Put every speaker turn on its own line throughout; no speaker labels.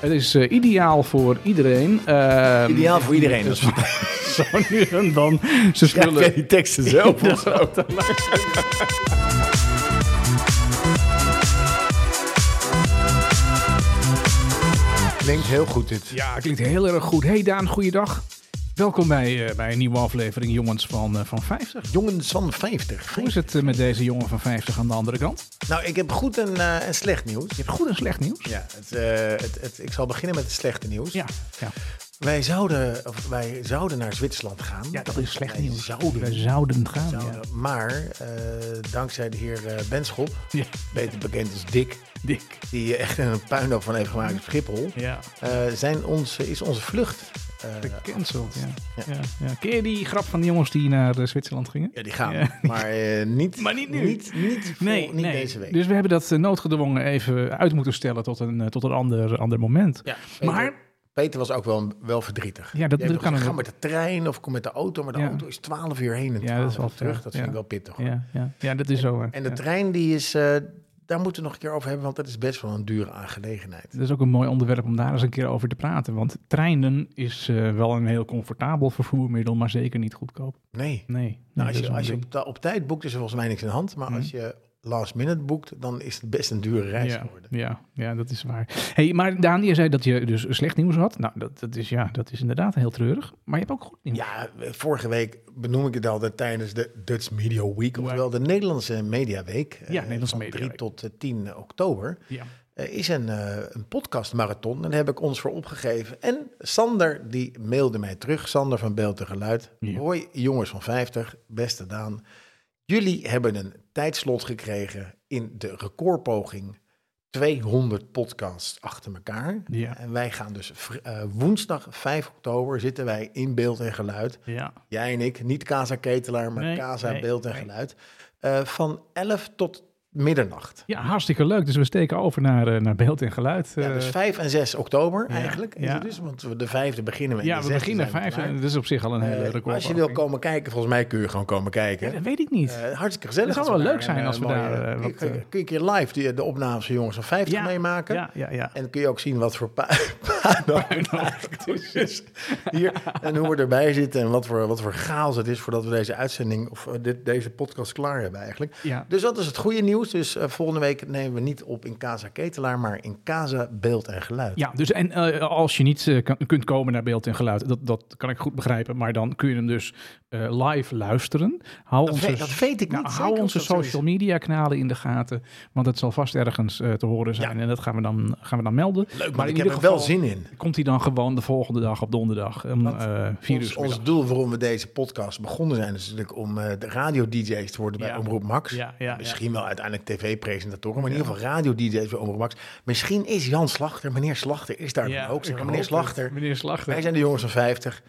Het is eh, ideaal voor iedereen. Ehm,
Ideaal voor iedereen. Dat is
Zo nu en dan. Ze
ja, ik
spullen.
ken die teksten zelf. of zo.
Klinkt heel goed dit.
Ja, klinkt heel erg goed. Hey Daan, goeiedag. Welkom bij, eh, bij een nieuwe aflevering Jongens van, eh, van 50.
Jongens van 50.
Hoe is het eh, met deze jongen van 50 aan de andere kant?
Nou, ik heb goed en, eh, en slecht nieuws.
Je hebt goed en slecht nieuws.
Ja, het, eh, het, het- ik zal beginnen met het slechte nieuws.
Ja, ja.
Wij, zouden, of wij zouden naar Zwitserland gaan.
ja dat is slecht
Wij
nieuws.
Zouden.
We zouden gaan.
zouden.
Ja.
Maar eh, dankzij de heer eh, Benschop,
Ja,
beter bekend als Dick,
dik.
die echt een puinhoop van heeft gemaakt op Schiphol,
Ja,
eh, zijn onze, is onze vlucht. eh,
gecanceld. Ja.
Ja.
Ja. Ja. Ken je die grap van de jongens die naar eh, Zwitserland gingen?
ja, die gaan.
Ja.
Maar, eh, niet,
Maar niet nu.
Niet, niet, vol- niet deze week.
Dus we hebben dat eh, noodgedwongen even uit moeten stellen tot een, eh, tot een ander, ander moment.
Ja,
Maar
Peter was ook wel, wel verdrietig.
Ja, dat-
Jij
dat
hebt
kan
gezegd,
ook.
Ga met de trein of kom met de auto. Maar de
Ja.
auto is 12 uur heen en
Ja,
12
dat is wel
uur terug.
ver,
Dat
ja.
vind ik wel pittig. hoor.
Ja, ja. ja, dat is zo. hè.
En de
Ja.
trein die is, eh, daar moeten we nog een keer over hebben. Want dat is best wel een dure aangelegenheid.
Dat is ook een mooi onderwerp om daar eens een keer over te praten. Want treinen is eh, wel een heel comfortabel vervoermiddel, maar zeker niet goedkoop.
Nee.
Nee. nee,
Nou,
dat
als
is
je,
wel
als je
een
op, ta- op tijd boekt is er volgens mij niks in de hand. Maar
Mhm.
als je last minute boekt, dan is het best een dure
ding.
reis
ja,
geworden.
ja, ja, dat is waar. Hey, maar Daan, je zei dat je dus slecht nieuws had. Nou, dat, dat, is, ja, dat is inderdaad heel treurig. Maar je hebt ook goed nieuws.
Ja, eh, vorige week benoem ik het al dat tijdens de Dutch Media Week, oftewel de Nederlandse Media Week, eh,
Nederlandse
van
Media
3
Week.
tot eh, 10 oktober,
Ja.
Er is een, eh, een podcastmarathon en daar heb ik ons voor opgegeven. En Sander, die mailde mij terug, Sander van Beeld en Geluid.
Ja.
Hoi jongens van 50, beste Daan. Jullie hebben een tijdslot gekregen in de recordpoging 200 podcasts achter elkaar.
Ja.
En wij gaan dus vr- eh, woensdag 5 oktober zitten wij in Beeld en Geluid.
ja.
Jij en ik, niet Casa Ketelaar, maar
Nee,
Casa
nee,
Beeld en
nee.
Geluid. eh, van 11 tot middernacht.
Ja, hartstikke leuk. Dus we steken over naar, eh, naar beeld en geluid.
Ja,
Eh,
dus 5 en 6 oktober
ja,
eigenlijk. Is
ja.
het dus, want we- de vijfde beginnen we. en
ja,
de
we
zesde
beginnen
zijn we
vijf.
klaar.
en Dat is op zich al een hele
Eh,
record.
als je wil komen kijken, volgens mij kun je gewoon komen kijken.
dat weet ik niet.
Eh, hartstikke gezellig.
Het zou
als we
wel
daar
leuk zijn
een,
als we
mooie-
daar, eh,
kun
wat,
je-
eh,
kun, je, kun je een keer live die, de opnames van Jongens van 50
Ja,
meemaken.
ja, ja, ja.
En dan kun je ook zien wat voor pa- puinhoop het eigenlijk is. Hier, en hoe we erbij zitten en wat voor, wat voor chaos het is voordat we deze uitzending of eh, dit, deze podcast klaar hebben eigenlijk.
Ja.
Dus dat is het goede nieuws. Dus eh, volgende week nemen we niet op in Casa Ketelaar, maar in Casa Beeld en Geluid.
Ja, dus en eh, als je niet eh, kan, kunt komen naar beeld en geluid, dat, dat kan ik goed begrijpen, maar dan kun je hem dus eh, live luisteren. Hou
Dat,
onze,
weet, dat weet ik
nou,
niet.
hou
zeker of
onze
dat zo is.
social media kanalen in de gaten, want het zal vast ergens eh, te horen zijn en dat gaan we dan, gaan we dan melden.
Leuk,
maar
maar
in
ik
ieder
heb er
geval
wel zin in.
komt hij dan gewoon de volgende dag op donderdag om eh vier uur.
Ons,
's middags.
ons doel waarom we deze podcast begonnen zijn, is natuurlijk om eh, de radio-DJ's te worden bij
Ja.
Omroep Max.
Ja, ja, ja.
Misschien wel uiteindelijk tv-presentatoren, maar in ieder geval radio-DJ's bij Omroep Max. Misschien is Jan Slachter, meneer Slachter is daar dan ook. Zeg, maar,
ik
meneer
hoop het.
Slachter,
Meneer Slachter.
wij zijn de jongens van 50.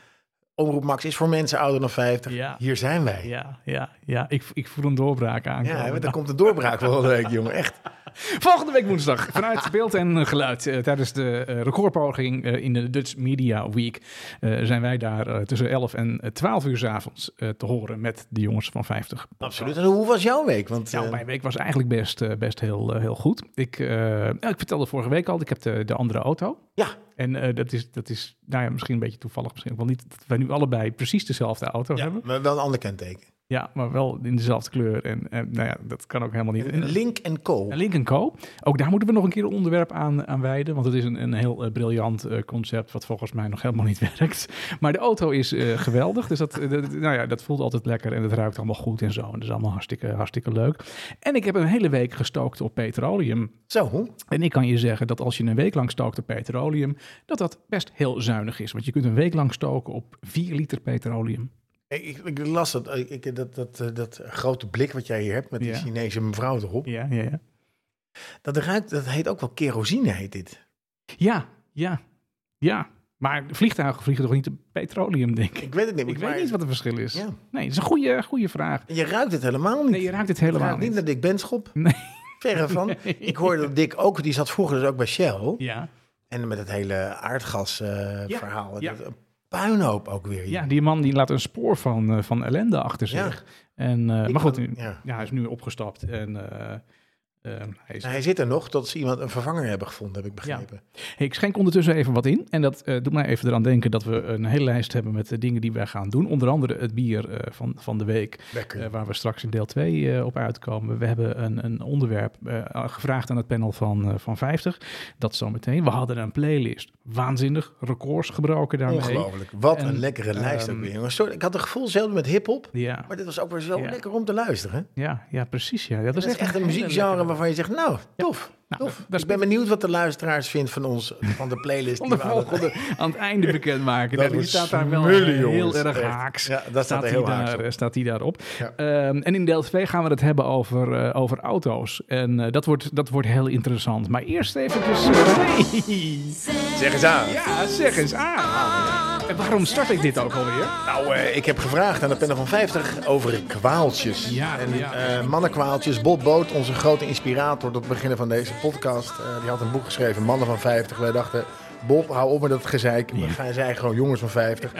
Omroep Max is voor mensen ouder dan 50.
Ja.
Hier zijn wij. Ja,
Ja, ja, ja. Ik, ik voel een doorbraak aankomen.
hè, want dan komt de doorbraak wel leuk, jongen. Echt.
Volgende week woensdag vanuit beeld en geluid eh, tijdens de eh, recordpoging eh, in de Dutch Media Week eh, zijn wij daar eh, tussen 11 en eh, 12 uur 's avonds eh, te horen met de jongens van 50.
Absoluut. En hoe was jouw week? Want,
Nou,
eh,
mijn week was eigenlijk best, eh, best heel, eh, heel goed. Ik, eh, nou, ik vertelde vorige week al, ik heb de, de andere auto.
ja,
En eh, dat is, dat is nou ja, misschien een beetje toevallig, misschien ook wel niet, dat wij nu allebei precies dezelfde auto
ja,
hebben.
maar wel een ander kenteken.
Ja, maar wel in dezelfde kleur. En, eh, nou ja, dat kan ook helemaal niet. En-
Link en Co.
en Link Co. Ook daar moeten we nog een keer een onderwerp aan, aan wijden. Want het is een, een heel eh, briljant eh, concept. Wat volgens mij nog helemaal niet werkt. Maar de auto is eh, geweldig. Dus dat, eh, dat- nou ja, dat voelt altijd lekker. En het ruikt allemaal goed en zo. En dat is allemaal hartstikke, hartstikke leuk. En ik heb een hele week gestookt op petroleum.
Zo,
En ik kan je zeggen dat als je een week lang stookt op petroleum. dat dat best heel zuinig is. Want je kunt een week lang stoken op 4 liter petroleum.
Ik, ik, ik las dat, ik, ik- dat, dat, eh, dat grote blik wat jij hier hebt met die
Ja.
Chinese mevrouw erop.
Ja, ja, ja.
Dat, ruikt, dat heet ook wel kerosine, heet dit.
Ja, ja, ja. Maar vliegtuigen vliegen toch niet op petroleum, denk ik.
Ik weet het niet.
Ik
maar-
weet niet wat het verschil is.
Ja.
Nee, dat is een goede, goede vraag.
Je ruikt het helemaal niet.
Nee, je ruikt het
Je
helemaal
ruikt niet
niet.
naar Dick Benschop.
Nee.
Verre van. Ik hoorde dat Dick ook, die zat vroeger dus ook bij Shell.
Ja.
En met het hele aardgasverhaal.
Ja,
verhaal
ja.
Dat- een puinhoop ook weer.
ja, die man die laat een spoor van, eh, van ellende achter
Ja.
zich. En, eh, maar goed, nu,
Ja.
ja, hij is nu opgestapt. En, eh, Ehm, hij is-
Nou, hij zit er nog, dat ze iemand een vervanger hebben gevonden, heb ik begrepen.
Hey, ik schenk ondertussen even wat in. En dat eh, doet mij even eraan denken dat we een hele lijst hebben met de dingen die wij gaan doen. Onder andere het bier eh, van, van de week.
Lekker.
Eh, waar we straks in deel 2 op uitkomen. We hebben een, een onderwerp eh, gevraagd aan het panel van, eh, van 50. Dat zometeen. We hadden een playlist. Waanzinnig. Records gebroken daarmee.
Ongelooflijk. Wat
En,
een lekkere lijst ook
ehm,
weer. jongens. Sorry, ik had het gevoel zelf met hip-hop.
Ja,
Maar dit was ook weer zo
Ja.
lekker om te luisteren. hè?
ja, ja, precies. Ja. Dat,
Dat
is
is echt een
hele
muziekgenre
lekkere-
waarvan je zegt, nou, tof.
Nou,
tof.
daar
ik ben benieuwd wat de luisteraars vindt van ons, van de playlist.
Om
die
de
we aan het-
volgende aan het einde bekendmaken.
Dat
Nee, die
is
staat daar wel
smullen,
heel
jongens.
erg
Echt.
haaks.
Ja, dat staat er
die
heel
daar,
haaks op.
eh, staat die daarop.
Ja.
Ehm, en in deel 2 gaan we het hebben over, eh, over auto's. En eh, dat, wordt, dat wordt heel interessant. Maar eerst eh, even...
Zeg eens aan.
ja, zeg eens aan. En waarom start ik dit ook alweer?
Nou, eh, ik heb gevraagd aan de panel van 50 over kwaaltjes.
Ja,
en,
ja.
eh, mannenkwaaltjes. Bob Boot, onze grote inspirator tot het beginnen van deze podcast. eh, die had een boek geschreven, Mannen van 50. Wij dachten, Bob, hou op met dat gezeik. We gaan zijn gewoon jongens van 50.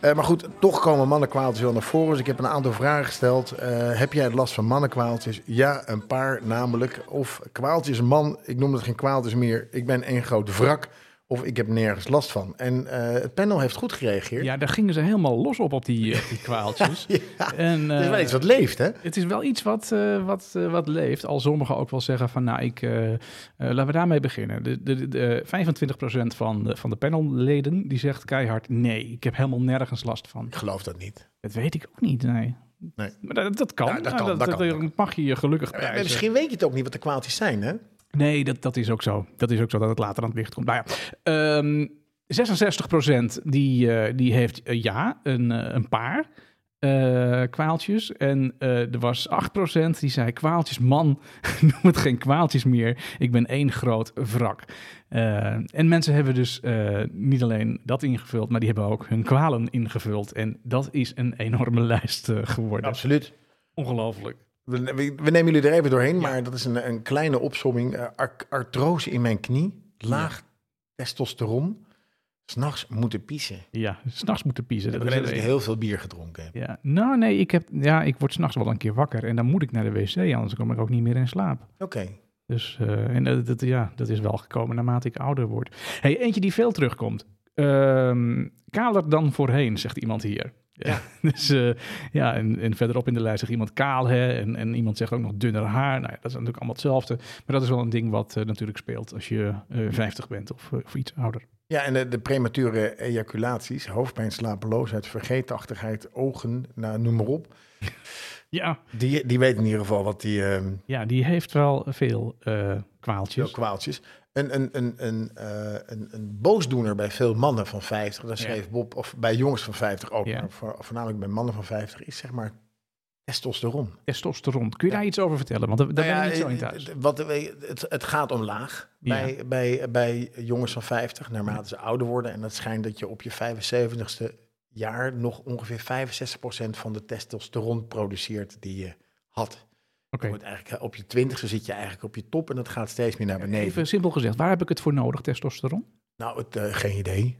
Eh, maar goed, toch komen mannenkwaaltjes wel naar voren. Dus ik heb een aantal vragen gesteld. Eh, heb jij last van mannenkwaaltjes? Ja, een paar namelijk. Of kwaaltjes, man, ik noem het geen kwaaltjes meer. Ik ben één groot wrak. Of ik heb nergens last van. En eh, het panel heeft goed gereageerd.
Ja, daar gingen ze helemaal los op, op die, op die kwaaltjes. en,
Het is
eh,
wel iets wat leeft, hè?
Het is wel iets wat, eh, wat, eh, wat leeft. Al sommigen ook wel zeggen van, nou, ik, eh, eh, laten we daarmee beginnen. De, de, de, eh, 25% van de, van de panelleden die zegt keihard, nee, ik heb helemaal nergens last van.
Ik geloof dat niet.
Dat weet ik ook niet, nee.
Nee.
Maar dat, dat kan.
Ja, dat
Nou,
kan, dat kan, dat
mag je je gelukkig prijzen.
misschien weet je het ook niet wat de kwaaltjes zijn, hè?
Nee, dat, dat is ook zo. Dat is ook zo dat het later aan het licht komt. Nou ja, ehm, 66% die, eh, die heeft eh, ja, een, eh, een paar eh, kwaaltjes. En eh, er was 8% die zei kwaaltjes, man, noem het geen kwaaltjes meer. Ik ben één groot wrak. Eh, en mensen hebben dus eh, niet alleen dat ingevuld, maar die hebben ook hun kwalen ingevuld. En dat is een enorme lijst eh, geworden.
Absoluut.
Ongelooflijk.
We, we- we nemen jullie er even doorheen, maar dat is een, een kleine opsomming. Eh, ar- artrose in mijn knie, laag testosteron, s'nachts moeten piezen.
Ja, s'nachts moeten piezen.
Dat
is
betekent
er
dat
één.
ik heel veel bier gedronken heb.
Ja, nou nee, ik, heb, ja, ik word s'nachts wel een keer wakker en dan moet ik naar de wc, anders kom ik ook niet meer in slaap.
Oké.
Dus eh, en, eh, dat, ja, dat is wel gekomen naarmate ik ouder word. hey, eentje die veel terugkomt. Ehm, kaler dan voorheen, zegt iemand hier. Ja. dus eh, ja, en, en verderop in de lijst zegt iemand kaal hè, en, en iemand zegt ook nog dunner haar. Nou ja, dat is natuurlijk allemaal hetzelfde. Maar dat is wel een ding wat eh, natuurlijk speelt als je eh 50 bent of, eh, of iets ouder.
Ja, en de, de premature ejaculaties, hoofdpijn, slapeloosheid, vergeetachtigheid, ogen, nou, noem maar op.
Ja,
Die, die weten in ieder geval wat die... ehm,
ja die heeft wel veel eh, kwaaltjes.
Veel kwaaltjes. Een, een, een, een, eh, een, een boosdoener bij veel mannen van 50, dat schreef Bob, of bij jongens van 50 ook,
Ja.
maar voor- voornamelijk bij mannen van 50, is zeg maar testosteron.
testosteron. Kun je daar iets over vertellen? Want daar daar
Nou
ben ik niet zo in thuis.
het- eh, Wat, het, het gaat omlaag
Ja.
bij, bij, bij jongens van 50, naarmate ze ouder worden. En het schijnt dat je op je 75ste jaar nog ongeveer 65% van de testosteron produceert die je had.
Oké.
Wordt Eigenlijk, eh, op je 20ste zit je eigenlijk op je top en dat gaat steeds meer naar beneden.
Even simpel gezegd, waar heb ik het voor nodig, testosteron?
Nou, het, eh, geen idee.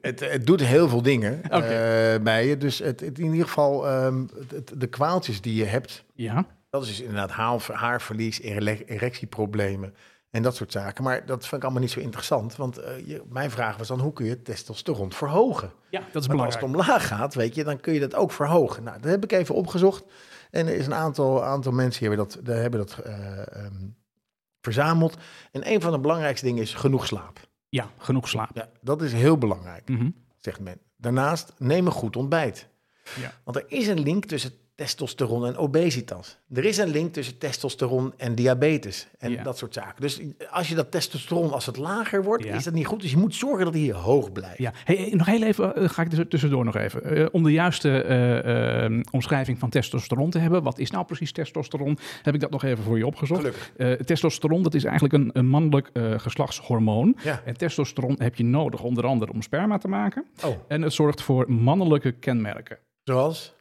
het, het doet heel veel dingen
Oké.
eh, bij je. Dus het, het in ieder geval, ehm, het- het- de kwaaltjes die je hebt,
Ja.
dat is dus inderdaad haal- haarverlies, erele- erectieproblemen en dat soort zaken. Maar dat vind ik allemaal niet zo interessant, want eh, je- mijn vraag was dan, hoe kun je testosteron verhogen?
ja, dat is
Maar als het
belangrijk.
omlaag gaat, weet je, dan kun je dat ook verhogen. Nou, dat heb ik even opgezocht. En er is een aantal, aantal mensen hier hebben dat, die hebben dat eh, ehm, verzameld. En een van de belangrijkste dingen is genoeg slaap.
Ja, genoeg slaap.
Ja, dat is heel belangrijk,
Mhm.
zegt men. Daarnaast, neem een goed ontbijt.
Ja.
Want er is een link tussen testosteron en obesitas. Er is een link tussen testosteron en diabetes en
Ja.
dat soort zaken. Dus als je dat testosteron, als het lager wordt,
Ja.
is dat niet goed. Dus je moet zorgen dat hij hoog blijft.
Ja. Hey, hey, nog heel even, eh, ga ik er tussendoor nog even. Eh, om de juiste eh, eh, omschrijving van testosteron te hebben. Wat is nou precies testosteron? Heb ik dat nog even voor je opgezocht.
Gelukkig.
Eh, testosteron, dat is eigenlijk een, een mannelijk eh, geslachtshormoon.
Ja.
En testosteron heb je nodig onder andere om sperma te maken.
Oh,
En het zorgt voor mannelijke kenmerken.
zoals?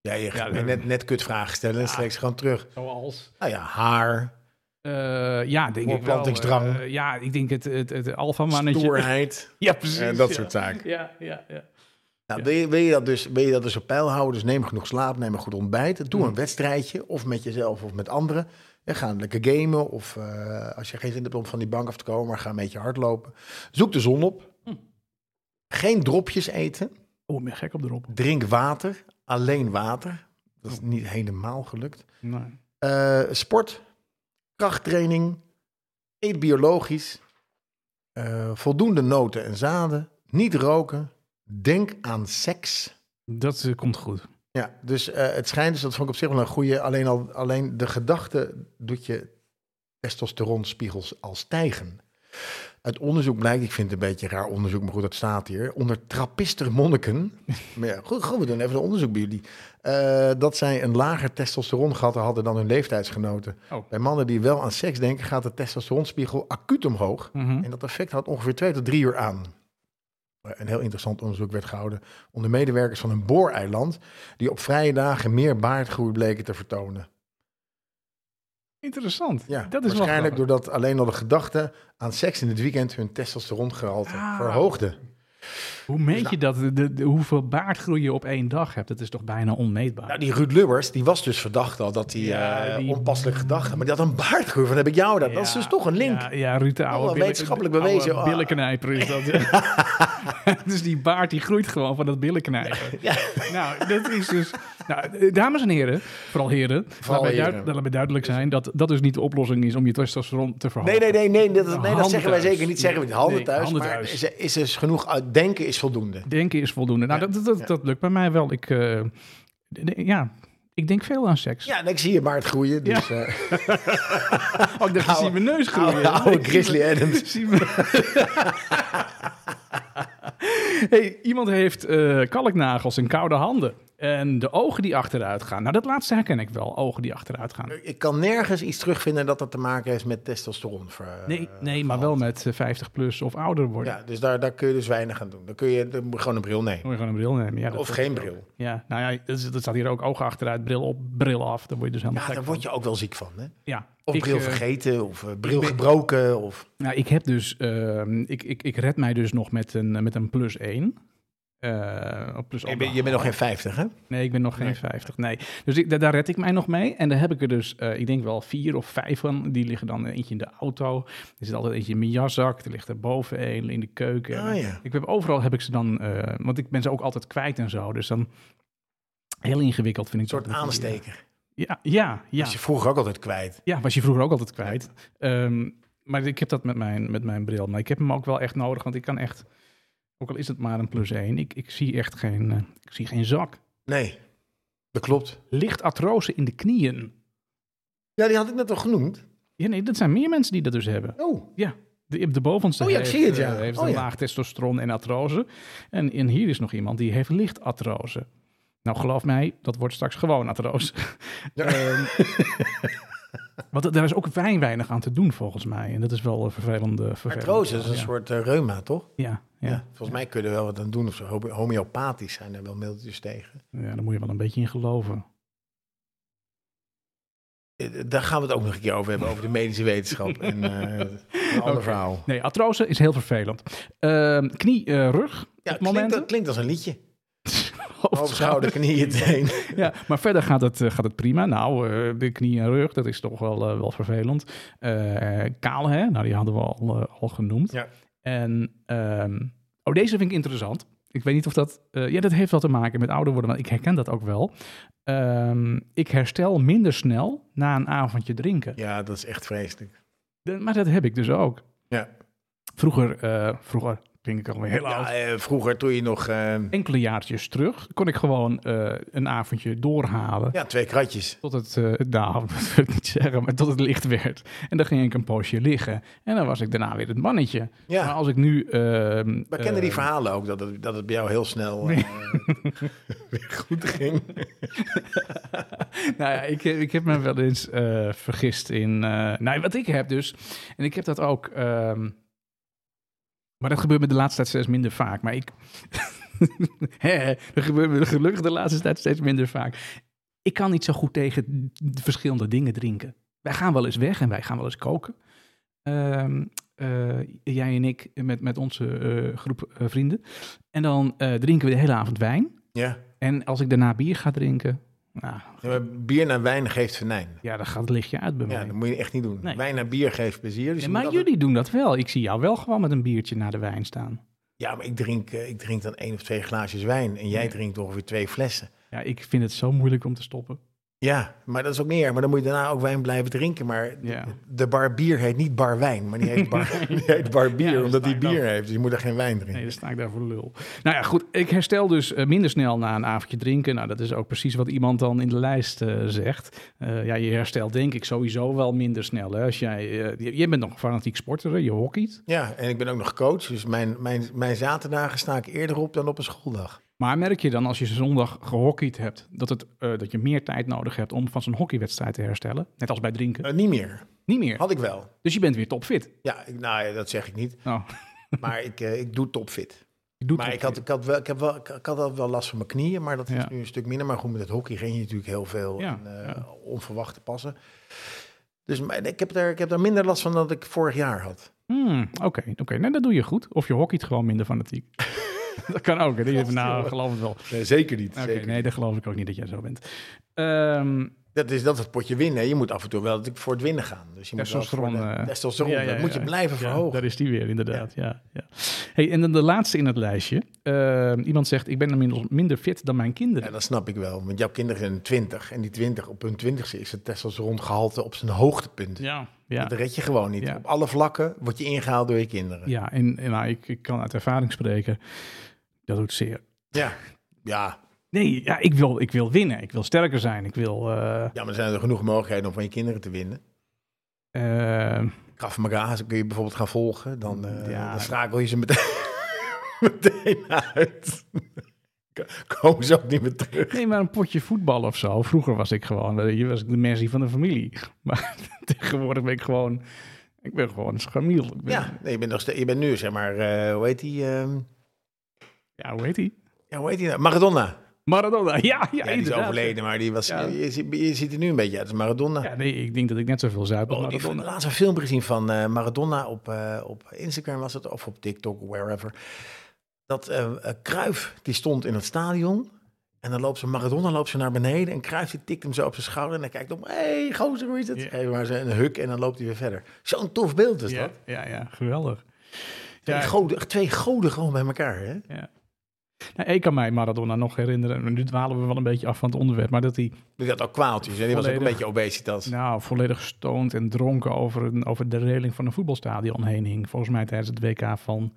Ja, je
Ja,
gaat mij
de-
net, net kutvragen stellen en straks gewoon terug.
Zoals?
Nou ja, haar,
Eh, ja, denk ik wel.
Voortplantingsdrang.
Eh, ja, ik denk het, het, het alfamannetje.
stoorheid
Ja, precies.
en dat
ja.
soort zaken.
Ja, ja, ja.
Nou,
Ja.
wil, je, wil, je dat dus, wil je dat dus op peil houden? Dus neem genoeg slaap, neem een goed ontbijt. Doe
Mm.
een wedstrijdje, of met jezelf of met anderen. En ga lekker gamen, of eh, als je geen zin hebt om van die bank af te komen, maar ga een beetje hardlopen. Zoek de zon op. Geen dropjes eten.
Oh, ik ben gek op de rob.
Drink water, alleen water. Dat is niet helemaal gelukt.
Nee.
Eh, sport, krachttraining, eet biologisch, eh, voldoende noten en zaden, niet roken, denk aan seks.
Dat eh, komt goed.
Ja, dus eh, het schijnt, dus dat vond ik op zich wel een goede. Alleen, al, alleen de gedachte doet je testosteronspiegels al stijgen. Uit onderzoek blijkt, ik vind het een beetje raar onderzoek, maar goed, dat staat hier. Onder trappister monniken, maar ja, goed, goed, we doen even een onderzoek bij jullie. eh, dat zij een lager testosterongehalte hadden dan hun leeftijdsgenoten.
Oh.
Bij mannen die wel aan seks denken, gaat de testosteronspiegel acuut omhoog.
Mhm.
En dat effect had ongeveer twee tot drie uur aan. Eh, Een heel interessant onderzoek werd gehouden onder medewerkers van een booreiland, die op vrije dagen meer baardgroei bleken te vertonen.
Interessant.
Ja,
dat is wel
waarschijnlijk
grappig.
doordat alleen al de gedachte aan seks in het weekend hun testosterongehalte
Ah.
verhoogde.
Hoe meet je dat? De, de- hoeveel baardgroei je op één dag hebt? Dat is toch bijna onmeetbaar?
Nou, die Ruud Lubbers, die was dus verdacht al dat hij
Ja,
eh,
die-
onpasselijke gedachten, maar die had een baardgroei. Van heb ik jou dat? Dat is
Ja,
dus toch een link.
Ja, ja Ruud de oude
Allemaal
billen-
wetenschappelijk
oude
bewezen. Ah.
billenknijper is dat. dus die baard die groeit gewoon van dat billenknijpen.
Ja.
Nou, dat is dus... Nou, eh, dames en heren, vooral heren,
Vooral
laat, mij duid-
heren.
laat mij duidelijk zijn dat dat dus niet de oplossing is om je testosteron te verhogen.
Nee, nee, nee, nee, dat, nee, dat
Handen
zeggen wij
thuis.
zeker niet. Zeggen we niet. handen
Nee,
thuis.
handen
maar
thuis.
Is, is dus genoeg, uit- denken is voldoende.
Denken is voldoende. Nou,
Ja,
dat, dat,
ja.
dat lukt bij mij wel. Ik, eh, d- d- ja, ik denk veel aan seks.
Ja, en ik zie je baard groeien. Dus, eh,
Oh, ik dacht, ik
Oude-
zie mijn neus groeien.
oude- oude
Ik zie
Grizzly
mijn-
Adams.
ik zie mijn- hey, iemand heeft eh, kalknagels en koude handen. En de ogen die achteruit gaan. Nou, dat laatste herken ik wel. Ogen die achteruit gaan.
Ik kan nergens iets terugvinden dat dat te maken heeft met testosteron. ver-
Nee, nee maar wel met eh, 50 plus of ouder worden.
Ja, dus daar, daar kun je dus weinig aan doen. Dan kun je dan moet je gewoon een bril nemen.
Dan moet je gewoon een bril nemen. Ja, dat-
Of geen bril.
Ja, nou ja, dat, is- dat staat hier ook. Ogen achteruit, bril op, bril af. Dan word je dus helemaal
Ja,
gek
daar
van.
word je ook wel ziek van. Hè?
Ja,
Of
ik,
bril
eh,
vergeten, of eh, bril
ik ben-
gebroken. Of...
Nou, ik heb dus, ehm, ik, ik, ik red mij dus nog met een, met een plus 1. plus
Je, bent-
anderhalf.
je bent nog geen 50, hè?
Nee, ik ben nog geen 50. Nee. Dus ik, daar, daar red ik mij nog mee. En daar heb ik er dus, eh, ik denk wel vier of vijf van. Die liggen dan eentje in de auto. Er zit altijd eentje in mijn jaszak. Er ligt er boven één in de keuken.
Ah, ja.
Ik heb overal heb ik ze dan, eh, want ik ben ze ook altijd kwijt en zo. Dus dan heel ingewikkeld vind ik.
Een soort
dat met die-
aansteker.
Ja, ja, ja.
Dat is je vroeger ook altijd kwijt.
Ja, was je vroeger ook altijd kwijt. Ehm, maar ik heb dat met mijn, met mijn bril. Maar ik heb hem ook wel echt nodig, want ik kan echt... Ook al is het maar een plus één, ik, ik zie echt geen, eh, ik zie geen zak.
Nee, dat klopt.
Licht artrose in de knieën.
Ja, die had ik net al genoemd.
Ja, nee, dat zijn meer mensen die dat dus hebben.
Oh,
De, de bovenste
Oh ja, ik
heeft,
zie het, ja.
eh, heeft
Oh
een
ja.
laag testosteron en artrose. En, en hier is nog iemand die heeft licht artrose. Nou, geloof mij, dat wordt straks gewoon artrose.
Ja.
Ehm, want daar is ook fijn weinig aan te doen, volgens mij. En dat is wel een vervelende... vervelende
artrose is
zaak,
een
ja.
soort eh, reuma, toch?
Ja,
Ja.
ja. ja.
Volgens mij kun je er wel wat aan doen of zo. Home- Homeopathisch zijn er wel middeltjes tegen.
daar moet je wel een beetje in geloven.
Eh, Daar gaan we het ook nog een keer over hebben, over de medische wetenschap. En eh, een ander
Oké.
verhaal.
Nee, artrose is heel vervelend. Ehm, knie, eh, rug,
Ja,
op momenten.
klinkt, klinkt als een liedje. Hoofd,
Hoofd,
schouder, knieën, teen.
Ja, maar verder gaat het, eh, gaat het prima. Nou, eh, de knie en rug, dat is toch wel, eh, wel vervelend. Eh, kaal, hè? Nou, die hadden we al, eh, al genoemd.
Ja.
En, ehm, oh, deze vind ik interessant. Ik weet niet of dat... eh, ja, dat heeft wel te maken met ouder worden, maar ik herken dat ook wel. Ehm, ik herstel minder snel na een avondje drinken.
Ja, dat is echt vreselijk.
De- maar dat heb ik dus ook.
Ja.
Vroeger, eh vroeger klink ik alweer heel oud.
Ja, eh, vroeger toen je nog eh,
Enkele jaartjes terug kon ik gewoon eh, een avondje doorhalen.
ja, twee kratjes.
Tot het, eh nou, dat wil ik niet zeggen, maar tot het licht werd. En dan ging ik een poosje liggen. En dan was ik daarna weer het mannetje.
Ja,
Maar als ik nu... ehm,
we kennen die
eh,
verhalen ook, dat het, dat het bij jou heel snel eh, weer goed ging.
nou ja, ik, heb- ik heb me wel eens eh, vergist in. eh, nou, wat ik heb dus. En ik heb dat ook. ehm, maar dat gebeurt me de laatste tijd steeds minder vaak. Maar ik. Hè, dat gebeurt me gelukkig de laatste tijd steeds minder vaak. Ik kan niet zo goed tegen de verschillende dingen drinken. Wij gaan wel eens weg en wij gaan wel eens koken. Ehm, eh, jij en ik, met, met onze eh, groep eh, vrienden. En dan eh, drinken we de hele avond wijn.
Ja.
En als ik daarna bier ga drinken, nou,
Ja, maar bier naar wijn geeft venijn.
ja, dan gaat het lichtje uit bij
Ja,
mij.
dat moet je echt niet doen.
Nee.
Wijn naar bier geeft plezier. Dus
Nee,
je moet
maar
altijd-
jullie doen dat wel. Ik zie jou wel gewoon met een biertje naar de wijn staan.
Ja, maar ik drink, eh, ik drink dan één of twee glaasjes wijn. En jij
Ja.
drinkt ongeveer twee flessen.
Ja, ik vind het zo moeilijk om te stoppen.
Ja, maar dat is ook meer. Maar dan moet je daarna ook wijn blijven drinken. Maar
Ja.
de bar bier heet niet bar wijn, maar die heet bar, die heet bar bier,
Ja, dat
omdat
sta
die
ik dan.
bier heeft. Dus je moet daar geen wijn drinken.
Nee, dan sta ik daar voor de lul. Nou ja, goed. Ik herstel dus eh, minder snel na een avondje drinken. Nou, dat is ook precies wat iemand dan in de lijst eh, zegt. Eh, ja, je herstelt denk ik sowieso wel minder snel. Hè? Als jij, eh, je- jij bent nog een fanatiek sporter, hè? je hockeyt.
Ja, en ik ben ook nog coach. Dus mijn, mijn, mijn zaterdagen sta ik eerder op dan op een schooldag.
Maar merk je dan als je zondag gehockeyd hebt... Dat, het, eh, dat je meer tijd nodig hebt om van zo'n hockeywedstrijd te herstellen? Net als bij drinken.
Eh, niet meer.
Niet meer.
Had ik wel.
Dus je bent weer topfit.
Ja, ik, nou ja, dat zeg ik niet.
Nou,
Maar ik, eh, ik doe topfit.
je doet
Maar ik had,
topfit.
ik, had wel, ik, heb wel, ik ik had altijd wel last van mijn knieën, maar dat is
Ja.
nu een stuk minder. Maar goed, met het hockey ging je natuurlijk heel veel
Ja,
en, eh,
ja.
onverwachte passen. Dus maar ik heb, daar, ik heb daar minder last van dan dat ik vorig jaar had.
Hmm, Oké, oké. Nee, dat doe je goed. Of je hockeyt gewoon minder fanatiek. dat kan ook. Hè? Dat je denkt van, nou, geloof het wel.
Nee, zeker niet.
Oké, nee, dat geloof ik ook niet dat jij zo bent. Ehm,
Dat is dat is het potje winnen. hè. Je moet af en toe wel natuurlijk voor het winnen gaan. Dus je moet wel voor
Testosteron,
de-
eh,
testosteron,
ja, ja,
dat moet je
ja.
blijven
ja,
verhogen.
daar is die weer, inderdaad. Ja. Ja, Hey, en dan de laatste in het lijstje. Ehm, iemand zegt, ik ben inmiddels minder fit dan mijn kinderen.
Ja, dat snap ik wel. Want jouw kinderen zijn 20. En die 20, op hun 20ste is het testosterongehalte op zijn hoogtepunt.
Ja, ja.
Dat red je gewoon niet.
Ja.
Op alle vlakken word je ingehaald door je kinderen.
ja en, en nou, ik, ik kan uit ervaring spreken. Dat doet zeer.
Ja. Ja.
Nee, ja, ik, wil, ik wil winnen. Ik wil sterker zijn. Ik wil... eh,
Ja, maar er zijn er genoeg mogelijkheden om van je kinderen te winnen.
eh,
Krav Maga kun je bijvoorbeeld gaan volgen. Dan, eh
Ja.
dan schakel je ze meteen, meteen uit. Komen ze ook niet meer terug.
nee, maar een potje voetbal of zo. Vroeger was ik gewoon... weet je, was ik de Messi van de familie. Maar tegenwoordig ben ik gewoon... Ik ben gewoon een scharmiel. Ik ben-
Ja, nee, je, bent nog ste- je bent nu, zeg maar, eh, hoe heet die? ehm,
ja, hoe heet die?
ja, hoe heet die nou? Maradona.
Maradona, ja, ja,
Ja, die is
inderdaad.
overleden, maar die was,
Ja.
je, ziet- je ziet er nu een beetje uit als Maradona.
Ja, nee, ik denk dat ik net zoveel zuip als
Oh, ik heb
Maradona.
laatst een filmpje gezien van eh, Maradona op, eh, op Instagram was het, of op TikTok, wherever. Dat eh eh, Cruijff, die stond in het stadion. En dan loopt ze, Maradona loopt ze naar beneden. En Cruijff die tikt hem zo op zijn schouder. En hij kijkt om, hey, gozer, hoe is het?
Ja.
Geef hem maar eens een huk en dan loopt hij weer verder. Zo'n tof beeld is
Ja,
dat.
ja, ja, geweldig.
Twee,
Ja,
goden, twee goden gewoon bij elkaar, hè?
nou, ik kan mij Maradona nog herinneren. Nu dwalen we wel een beetje af van het onderwerp. Maar dat hij
Die had ook kwaaltjes. En die was ook een
Volledig.
beetje obesitas.
nou, volledig stoned en dronken over, een, over de reling van een voetbalstadion heen hing. Volgens mij tijdens het WK van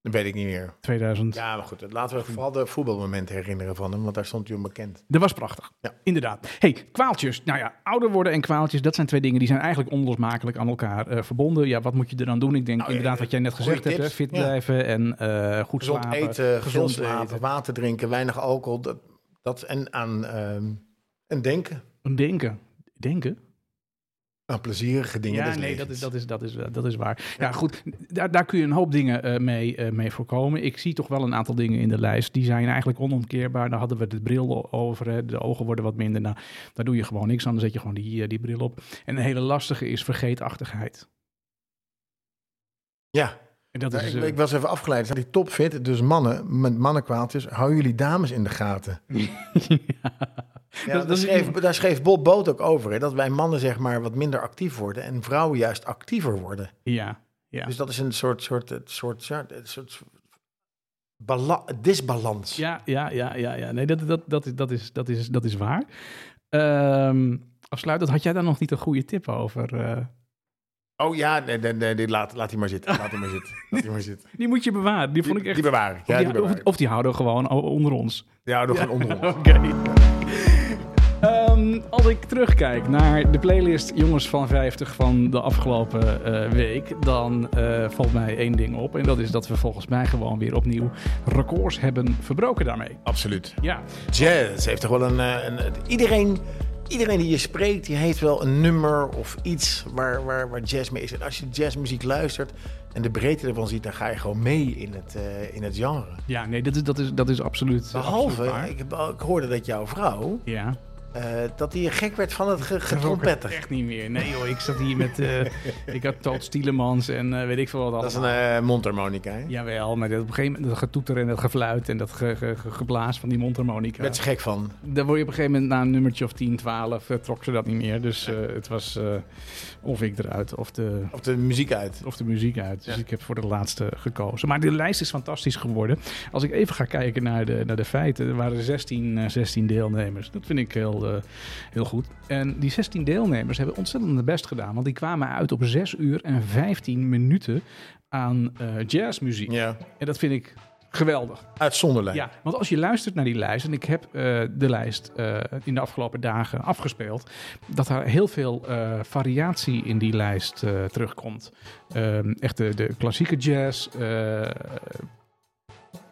Dat weet ik niet meer.
2000.
Ja, maar goed. Laten we vooral de voetbalmomenten herinneren van hem. Want daar stond hij onbekend.
Dat was prachtig.
Ja.
Inderdaad. hey, kwaaltjes. Nou ja, ouder worden en kwaaltjes, dat zijn twee dingen die zijn eigenlijk onlosmakelijk aan elkaar eh, verbonden. Ja, wat moet je er dan doen? Ik denk
Nou, ja,
inderdaad wat jij net
goeie
gezegd hebt. Hè?
tips.
Fit
Ja.
blijven en eh, goed
Gezond
slapen.
eten, gezond
eten.
slapen, water drinken, weinig alcohol. Dat, dat en aan ehm, en denken.
Denken. Denken?
Aan plezierige dingen.
ja,
des
nee, dat
levens.
is, dat, is, dat, is, dat is waar. Ja, goed, daar, daar kun je een hoop dingen eh, mee, eh, mee voorkomen. Ik zie toch wel een aantal dingen in de lijst. Die zijn eigenlijk onomkeerbaar. Daar hadden we de bril o- over. Hè. De ogen worden wat minder. Nou, daar doe je gewoon niks aan. Dan zet je gewoon die, eh, die bril op. En een hele lastige is vergeetachtigheid.
Ja,
En dat
nou,
is...
ik,
eh,
ik was even afgeleid. Die topfit, dus mannen, met mannenkwaadjes, hou jullie dames in de gaten. Ja,
dat
dat,
is-
schreef, daar schreef Bob Boot ook over. Hè, dat wij mannen zeg maar wat minder actief worden en vrouwen juist actiever worden.
ja, ja.
Dus dat is een soort, soort, eh, soort, ja, een soort bala- disbalans.
Ja, ja, ja, ja, ja. Nee, dat, dat, dat, is, dat, is, dat, is, dat is waar. Ehm afsluitend, had jij daar nog niet een goede tip over? eh?
Oh ja, nee, nee, nee, nee, laat, laat die maar zitten. Laat die maar zitten. Laat die maar zitten.
die moet je bewaren. Die vond ik
Die,
echt
die bewaren. Ja,
Of
die
die,
bewaren.
of, of die houden we gewoon o- onder ons.
Ja, nog een onder ons.
Oké. Ehm, als ik terugkijk naar de playlist Jongens van 50 van de afgelopen eh, week, dan eh, valt mij één ding op. En dat is dat we volgens mij gewoon weer opnieuw records hebben verbroken daarmee.
Absoluut.
Ja,
Jazz heeft toch wel een... eh, een het- iedereen, iedereen die je spreekt, die heeft wel een nummer of iets waar, waar, waar jazz mee is. En als je jazzmuziek luistert en de breedte ervan ziet, dan ga je gewoon mee in het, eh, in het genre.
ja nee, dat is, dat is, dat is absoluut. eh,
Behalve,
absoluut waar.
ik, heb, al- ik hoorde dat jouw vrouw
Ja,
eh, eh, dat hij gek werd van het ge- getrompetter.
Echt niet meer. Nee joh, ik zat hier met... eh, ik had Toot Stielemans en eh, weet ik veel wat
Dat is
allemaal.
een eh mondharmonica, hè?
Jawel, maar dat op een gegeven moment dat getoeter en dat gefluit en dat ge, ge- ge- geblaas van die mondharmonica.
Werd ze gek van.
Daar word je op een gegeven moment na een nummertje of 10, 12, eh, trok ze dat niet meer. Dus eh, het was eh, of ik eruit of de,
Of de muziek uit.
of de muziek uit. Dus ik heb voor de laatste gekozen. Maar de lijst is fantastisch geworden. Als ik even ga kijken naar de, naar de feiten, er waren 16, eh, 16 deelnemers. Dat vind ik heel, eh, heel goed. En die 16 deelnemers hebben ontzettend hun best gedaan. Want die kwamen uit op 6 uur en 15 minuten aan eh, jazzmuziek.
Ja.
En dat vind ik geweldig.
Uitzonderlijk.
Ja, want als je luistert naar die lijst, en ik heb eh, de lijst eh, in de afgelopen dagen afgespeeld, dat er heel veel eh, variatie in die lijst eh, terugkomt. Ehm, echt de, de klassieke jazz, eh,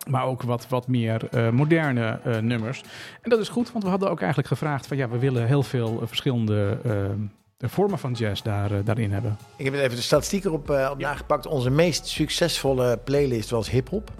maar ook wat, wat meer eh, moderne eh, nummers. En dat is goed, want we hadden ook eigenlijk gevraagd van ja, we willen heel veel eh, verschillende eh, vormen van jazz daar, eh, daarin hebben.
Ik heb even de statistiek erop eh, op nagepakt. Onze meest succesvolle playlist was hip-hop.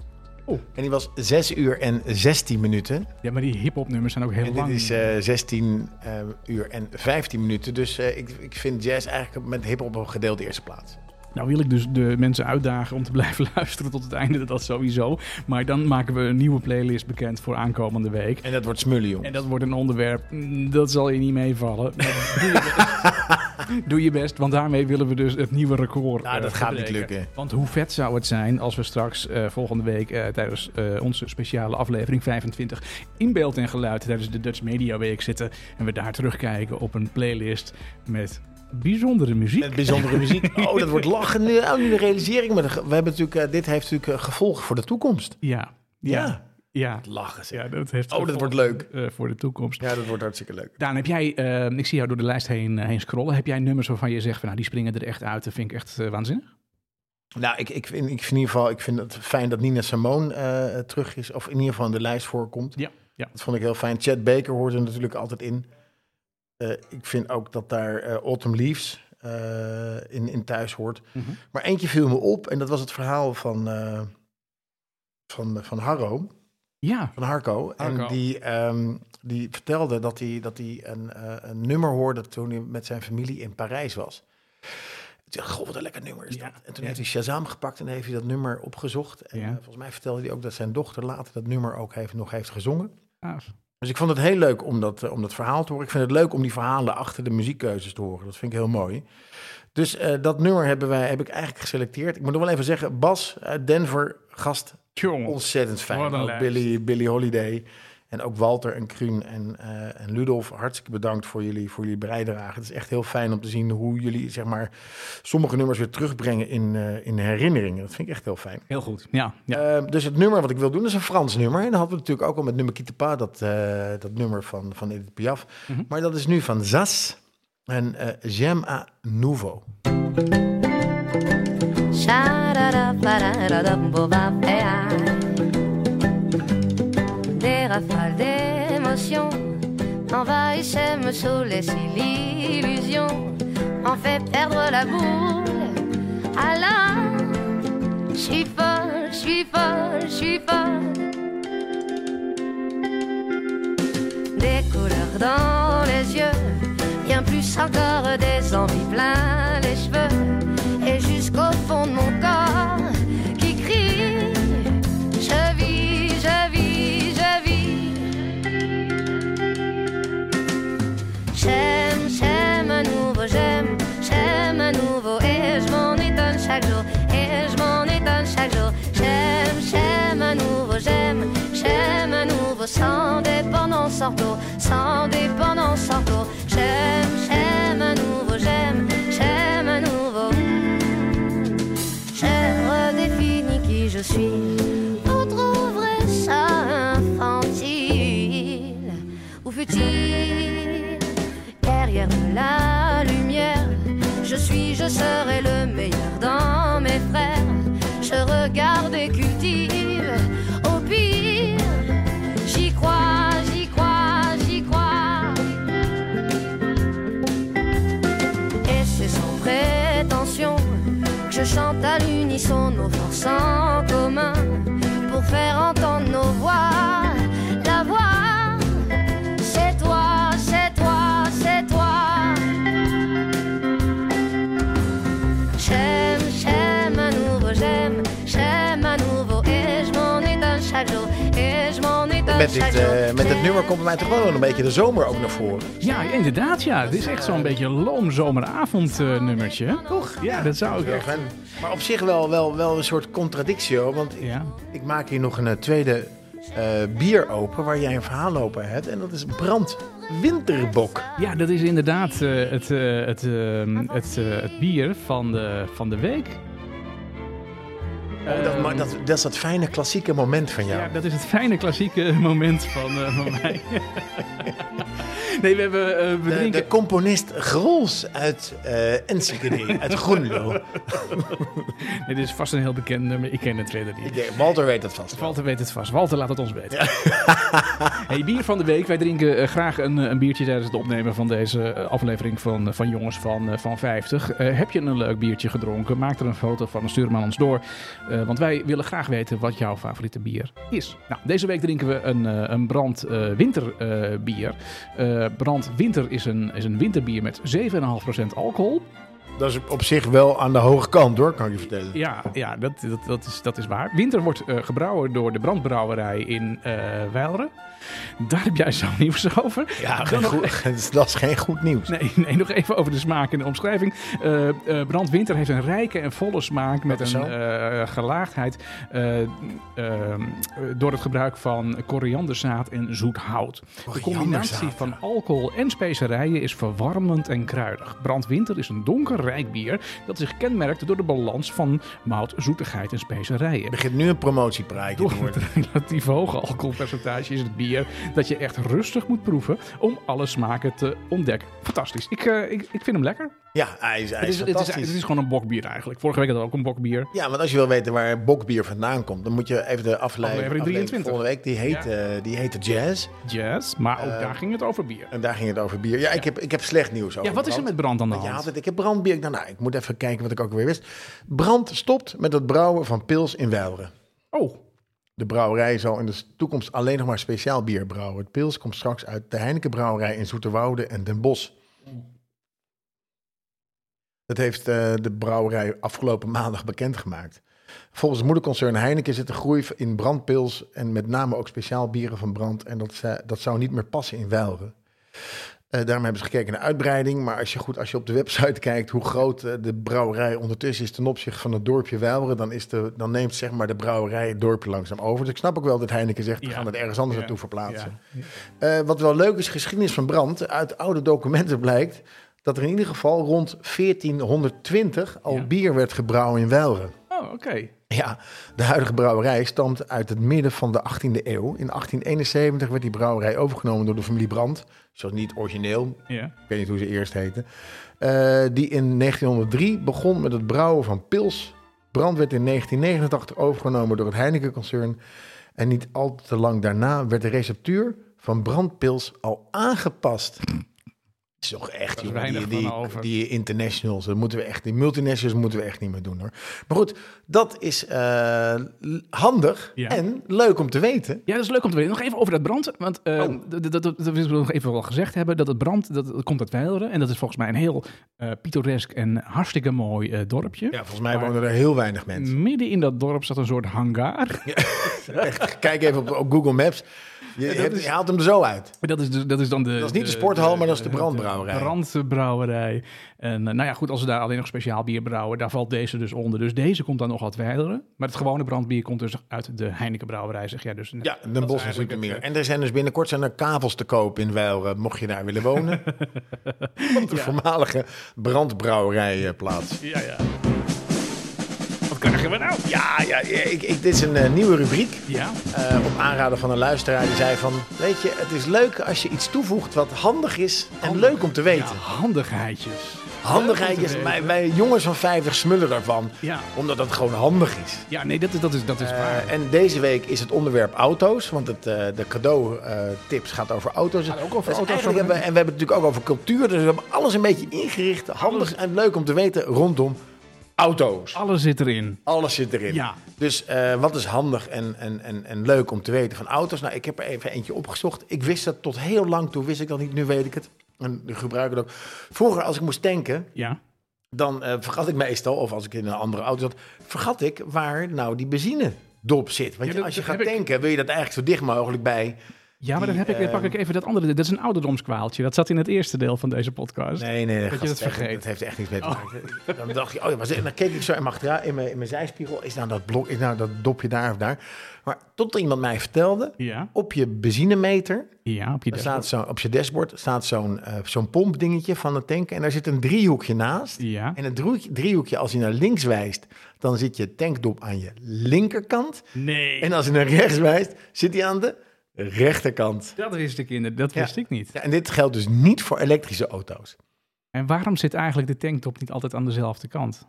Oh.
En die was 6 uur en 16 minuten.
Ja, maar die hip-hop nummers zijn ook heel
En
lang.
dit is eh 16 eh, uur en 15 minuten. Dus eh, ik, ik vind jazz eigenlijk met hip-hop een gedeelde eerste plaats.
Nou wil ik dus de mensen uitdagen om te blijven luisteren tot het einde, dat sowieso. Maar dan maken we een nieuwe playlist bekend voor aankomende week.
En dat wordt smullen, jongen.
En dat wordt een onderwerp, mm, dat zal je niet meevallen. Maar doe, je best, doe je best, want daarmee willen we dus het nieuwe record.
Nou,
eh,
dat gaat niet
verbreken.
lukken.
Want hoe vet zou het zijn als we straks eh, volgende week eh, tijdens eh, onze speciale aflevering 25 in beeld en geluid tijdens de Dutch Media Week zitten. En we daar terugkijken op een playlist met bijzondere muziek.
Met bijzondere muziek. Oh, dat wordt lachen. Nu, oh, nu de realisering. Maar de ge- we hebben natuurlijk, eh, dit heeft natuurlijk eh, gevolgen voor de toekomst.
Ja. Ja.
Ja.
Ja.
Lachen, zeg.
Ja, dat heeft
Oh, dat
gevolgen,
wordt leuk.
eh, voor de toekomst.
Ja, dat wordt hartstikke leuk.
Daan, heb jij, eh, ik zie jou door de lijst heen, eh, heen scrollen. Heb jij nummers waarvan je zegt, van, nou die springen er echt uit. Dat vind ik echt eh, waanzinnig.
Nou, ik, ik, vind, ik vind in ieder geval ik vind het fijn dat Nina Simone eh, terug is. Of in ieder geval in de lijst voorkomt.
Ja, ja.
Dat vond ik heel fijn. Chad Baker hoort er natuurlijk altijd in. Eh, ik vind ook dat daar eh, Autumn Leaves eh, in, in thuis hoort. Maar eentje viel me op en dat was het verhaal van, eh, van, van Harro,
Ja,
van Harco. En
Harco.
die, ehm, die vertelde dat hij, dat hij een, eh, een nummer hoorde toen hij met zijn familie in Parijs was. Ik dacht, Goh, wat een lekker nummer is
Ja,
dat. En
ja.
toen heeft hij Shazam gepakt en heeft hij dat nummer opgezocht. En
Ja.
eh, volgens mij vertelde hij ook dat zijn dochter later dat nummer ook heeft, nog heeft gezongen.
gaaf.
Dus ik vond het heel leuk om dat, eh, om dat verhaal te horen. Ik vind het leuk om die verhalen achter de muziekkeuzes te horen. Dat vind ik heel mooi. Dus eh, dat nummer hebben wij, heb ik eigenlijk geselecteerd. Ik moet nog wel even zeggen, Bas uit Denver, gast,
Tjonge.
ontzettend
Wat
fijn.
een
Ook
lijst.
Billy, Billy Holiday en ook Walter en Kruun en, eh, en Ludolf. Hartstikke bedankt voor jullie, voor jullie bijdrage. Het is echt heel fijn om te zien hoe jullie zeg maar, sommige nummers weer terugbrengen in, eh, in herinneringen. Dat vind ik echt heel fijn.
Heel goed. Ja, ja.
Eh, dus het nummer wat ik wil doen is een Frans nummer. En dan hadden we natuurlijk ook al met nummer Kitepa, dat, eh, dat nummer van, van Edith Piaf.
Mhm.
Maar dat is nu van Zas en eh J'aime à nouveau.
Sha-da-da-ba-da-da-dum-bo-ba-ba-ai. Des rafales d'émotions envahissaient, me saoulaient si l'illusion en fait perdre la boule. Ah là, je suis folle, je suis folle, je suis folle. Des couleurs dans les yeux, bien plus encore des envies plein les cheveux et jusqu'au fond de mon corps qui crie Je vis, je vis, je vis. J'aime, j'aime à nouveau, j'aime, j'aime à nouveau et je m'en étonne chaque jour et je m'en étonne chaque jour. J'aime, j'aime à nouveau, j'aime, j'aime à nouveau sans dépendance sans retour, sans dépendance sans retour. J'aime, j'aime à nouveau, j'aime, j'aime à nouveau. J'ai redéfini qui je suis. Vous trouverez ça infantile. Où fut-il Derrière la lumière, je suis, je serai le meilleur dans mes frères. Je regarde et cultive. Au pire, j'y crois, j'y crois, j'y crois. Et c'est sans prétention que je chante à l'unisson nos forces en commun pour faire entendre nos voix. La voix, c'est toi, c'est toi, J'aime, j'aime à nouveau, j'aime, j'aime à nouveau et je m'en étonne chaque jour et je m'en étonne
Met,
chaque
dit,
jour.
eh, met dit nummer komt bij mij toch wel een beetje de zomer ook naar voren.
Ja, inderdaad, ja. Dit is echt zo'n beetje loom zomeravond eh, nummertje.
Toch?
Ja, dat zou ik
Wel
echt...
fijn. Maar op zich wel, wel, wel een soort contradictie, hoor, want ik,
Ja.
ik maak hier nog een eh, tweede eh, bier open waar jij een verhaal over hebt. En dat is Oh, brandwinterbok.
ja, dat is inderdaad eh, het, eh, het, eh, het, eh, het bier van de, van de week. Ehm,
Oh, dat, maar dat, dat is dat fijne klassieke moment van jou.
Ja, dat is het fijne klassieke moment van, eh, van mij. nee, we hebben... eh, we
de,
drinken...
de componist Grols uit eh Enschede, uit Groenlo.
Nee, dit is vast een heel bekend nummer. Ik ken het verder niet.
Ik denk, Walter weet dat vast.
Walter weet het vast. Walter laat het ons weten. hey, bier van de week. Wij drinken eh, graag een, eh, een biertje tijdens het opnemen van deze eh, aflevering van, eh, van Jongens van, eh, van 50. Eh, heb je een leuk biertje gedronken? Maak er een foto van en stuur hem aan ons door. Eh, want wij willen graag weten wat jouw favoriete bier is. Nou, deze week drinken we een, eh, een brand eh, winter eh, bier. Eh, brand winter is een, is een winterbier met 7,5% alcohol.
Dat is op
Op zich wel aan de hoge kant hoor, kan ik je vertellen.
Ja, ja dat, dat, dat, is, dat is waar. Winter wordt eh, gebrouwen door de brandbrouwerij in eh Weileren. Daar heb jij zo nieuws over.
Ja,
Dan
geen
nog-
goed- dat is geen goed nieuws.
Nee, nee, nog even over de smaak en de omschrijving. Eh eh, Brand Winter heeft een rijke en volle smaak met
is
een
zo.
eh, gelaagdheid eh, eh, door het gebruik van korianderzaad en zoet hout. De combinatie
Korianderzaad,
van alcohol en specerijen is verwarmend en kruidig. Brand Winter is een donker rijk bier dat zich kenmerkt door de balans van mout, zoetigheid en specerijen.
Het begint nu een promotiepraatje te
Door het
worden.
relatief hoge alcoholpercentage is het bier dat je echt rustig moet proeven om alle smaken te ontdekken. Fantastisch. Ik, eh, ik, ik vind hem lekker.
Ja, hij is, hij
Het
is
is, het, is,
fantastisch.
het is gewoon een bokbier eigenlijk. Vorige week hadden we ook een bokbier.
Ja, want als je wil weten waar bokbier vandaan komt, dan moet je even de afleiding
Aflevering 23.
volgende week. Die heet, eh, die heet de Jazz.
Jazz, maar
Eh,
ook daar ging het over bier.
En daar ging het over bier. Ja, Ik, heb, ik heb slecht nieuws over
Ja, wat is er
brand.
met brand aan de
Ja,
hand?
altijd, ik heb brandbier. Ik dacht, nou, ik moet even kijken wat ik ook weer wist. Brand stopt met het brouwen van pils in Weileren.
Oh,
De brouwerij zal in de toekomst alleen nog maar speciaal bier brouwen. Het pils komt straks uit de Heineken brouwerij in Zoeterwoude en Den Bosch. Dat heeft eh, de brouwerij afgelopen maandag bekendgemaakt. Volgens het moederconcern Heineken zit de groei in brandpils en met name ook speciaal bieren van brand. En dat, ze- dat zou niet meer passen in Weileren. Eh, daarom hebben ze gekeken naar uitbreiding. Maar als je, goed, als je op de website kijkt hoe groot eh, de brouwerij ondertussen is ten opzichte van het dorpje Weileren, dan, is de, dan neemt zeg maar, de brouwerij het dorpje langzaam over. Dus ik snap ook wel dat Heineken zegt, we
Ja.
gaan het ergens anders
Ja.
naartoe verplaatsen.
Ja.
Eh, wat wel leuk is, geschiedenis van brand. Uit oude documenten blijkt dat er in ieder geval rond 1420 al
Ja.
bier werd gebrouwen in Weileren.
Oh, oké.
Ja, de huidige brouwerij stamt uit het midden van de 18e eeuw. In 1871 werd die brouwerij overgenomen door de familie Brand. Dus dat is niet origineel,
Ja.
ik weet niet hoe ze eerst heten. Eh, die in 1903 begon met het brouwen van pils. Brand werd in 1989 overgenomen door het Heineken-concern. En niet al te lang daarna werd de receptuur van brandpils al aangepast. Het is toch echt,
is
jongen, die,
weinig
die,
van over.
die internationals, dat moeten we echt, die multinationals moeten we echt niet meer doen hoor. Maar goed, dat is eh, l- handig
Ja.
en leuk om te weten.
Ja, dat is leuk om te weten. Nog even over dat brand. Want eh
Oh.
dat, dat, dat, dat wil ik nog even wel gezegd hebben. Dat het brand, dat, dat komt uit Weileren. En dat is volgens mij een heel eh, pittoresk en hartstikke mooi eh, dorpje.
Ja, volgens mij
Maar-
wonen er heel weinig mensen.
Midden in dat dorp zat een soort hangar.
Echt, kijk even op, op Google Maps. Je, hebt-
is-
je haalt hem er zo uit.
Maar dat is, de- dat is dan de...
Dat is niet de sporthal, maar dat is de brandbrouwerij.
de brandbrouwerij. En eh, nou ja, goed, als ze daar alleen nog speciaal bier brouwen, daar valt deze dus onder. Dus deze komt dan nog wat wijderen. Maar het gewone brandbier komt dus uit de Heinekenbrouwerij, zeg jij dus. net.
Ja,
Dat
Den
is
Bosch en
eigenlijk het,
Zoetermeer. En er zijn dus binnenkort zijn er kavels te koop in Weileren, mocht je daar willen wonen. Op de voormalige brandbrouwerij eh, plaats.
eh, Ja, ja. Wat krijgen we nou?
Ja, ja ik, ik, dit is een eh, nieuwe rubriek.
Ja,
eh, op aanraden van een luisteraar die zei van... Weet je, het is leuk als je iets toevoegt wat handig is en leuk om te
ja
weten.
handigheidjes.
Handigheid
Leuk om
is,
te
wij,
weten.
wij jongens van 50 smullen daarvan.
Ja.
Omdat dat gewoon handig is.
Ja, nee, dat is, dat is, dat is waar.
Eh, en deze week is het onderwerp auto's, want het, eh, de cadeautips gaat over auto's.
Gaat ook over
Dus
auto's,
eigenlijk
over-
hebben we- en we hebben het natuurlijk ook over cultuur, dus we hebben alles een beetje ingericht, handig en leuk om te weten rondom auto's.
Alles zit erin.
Alles zit erin.
Ja.
Dus eh, wat is handig en, en, en, en leuk om te weten van auto's? Nou, ik heb er even eentje opgezocht. Ik wist dat tot heel lang toe, wist ik dat niet, nu weet ik het. En ik gebruik het ook. Vroeger, als ik moest tanken,
Ja.
dan eh, vergat ik meestal, of als ik in een andere auto zat, vergat ik waar nou die benzinedop zit. Want
Ja, dat-
als je
dat
gaat
heb ik.
tanken, wil je dat eigenlijk zo dicht mogelijk bij.
Ja, maar dan, heb ik, dan pak
ehm,
ik even dat andere. Dat is een ouderdomskwaaltje. Dat zat in het eerste deel van deze podcast.
Nee, nee,
dat
gast,
het vergeet.
Dat heeft echt niks mee te maken. Dan dacht je, oh ja, maar ze- dan keek ik zo in mijn, achterra- in mijn, in mijn zijspiegel. Is nou dat blok, is nou dat dopje daar of daar? Maar totdat iemand mij vertelde,
Ja,
op je benzinemeter,
ja op je
daar
dashboard.
staat zo, op je dashboard, staat zo'n eh, zo'n pompdingetje van het tanken. En daar zit een driehoekje naast.
Ja,
En het driehoekje, driehoekje, als hij naar links wijst, dan zit je tankdop aan je linkerkant.
nee.
En als hij naar rechts wijst, zit hij aan de rechterkant.
dat wist ik inderdaad. Dat
Ja.
wist ik niet.
Ja, en dit geldt dus niet voor elektrische auto's.
En waarom zit eigenlijk de tanktop niet altijd aan dezelfde kant?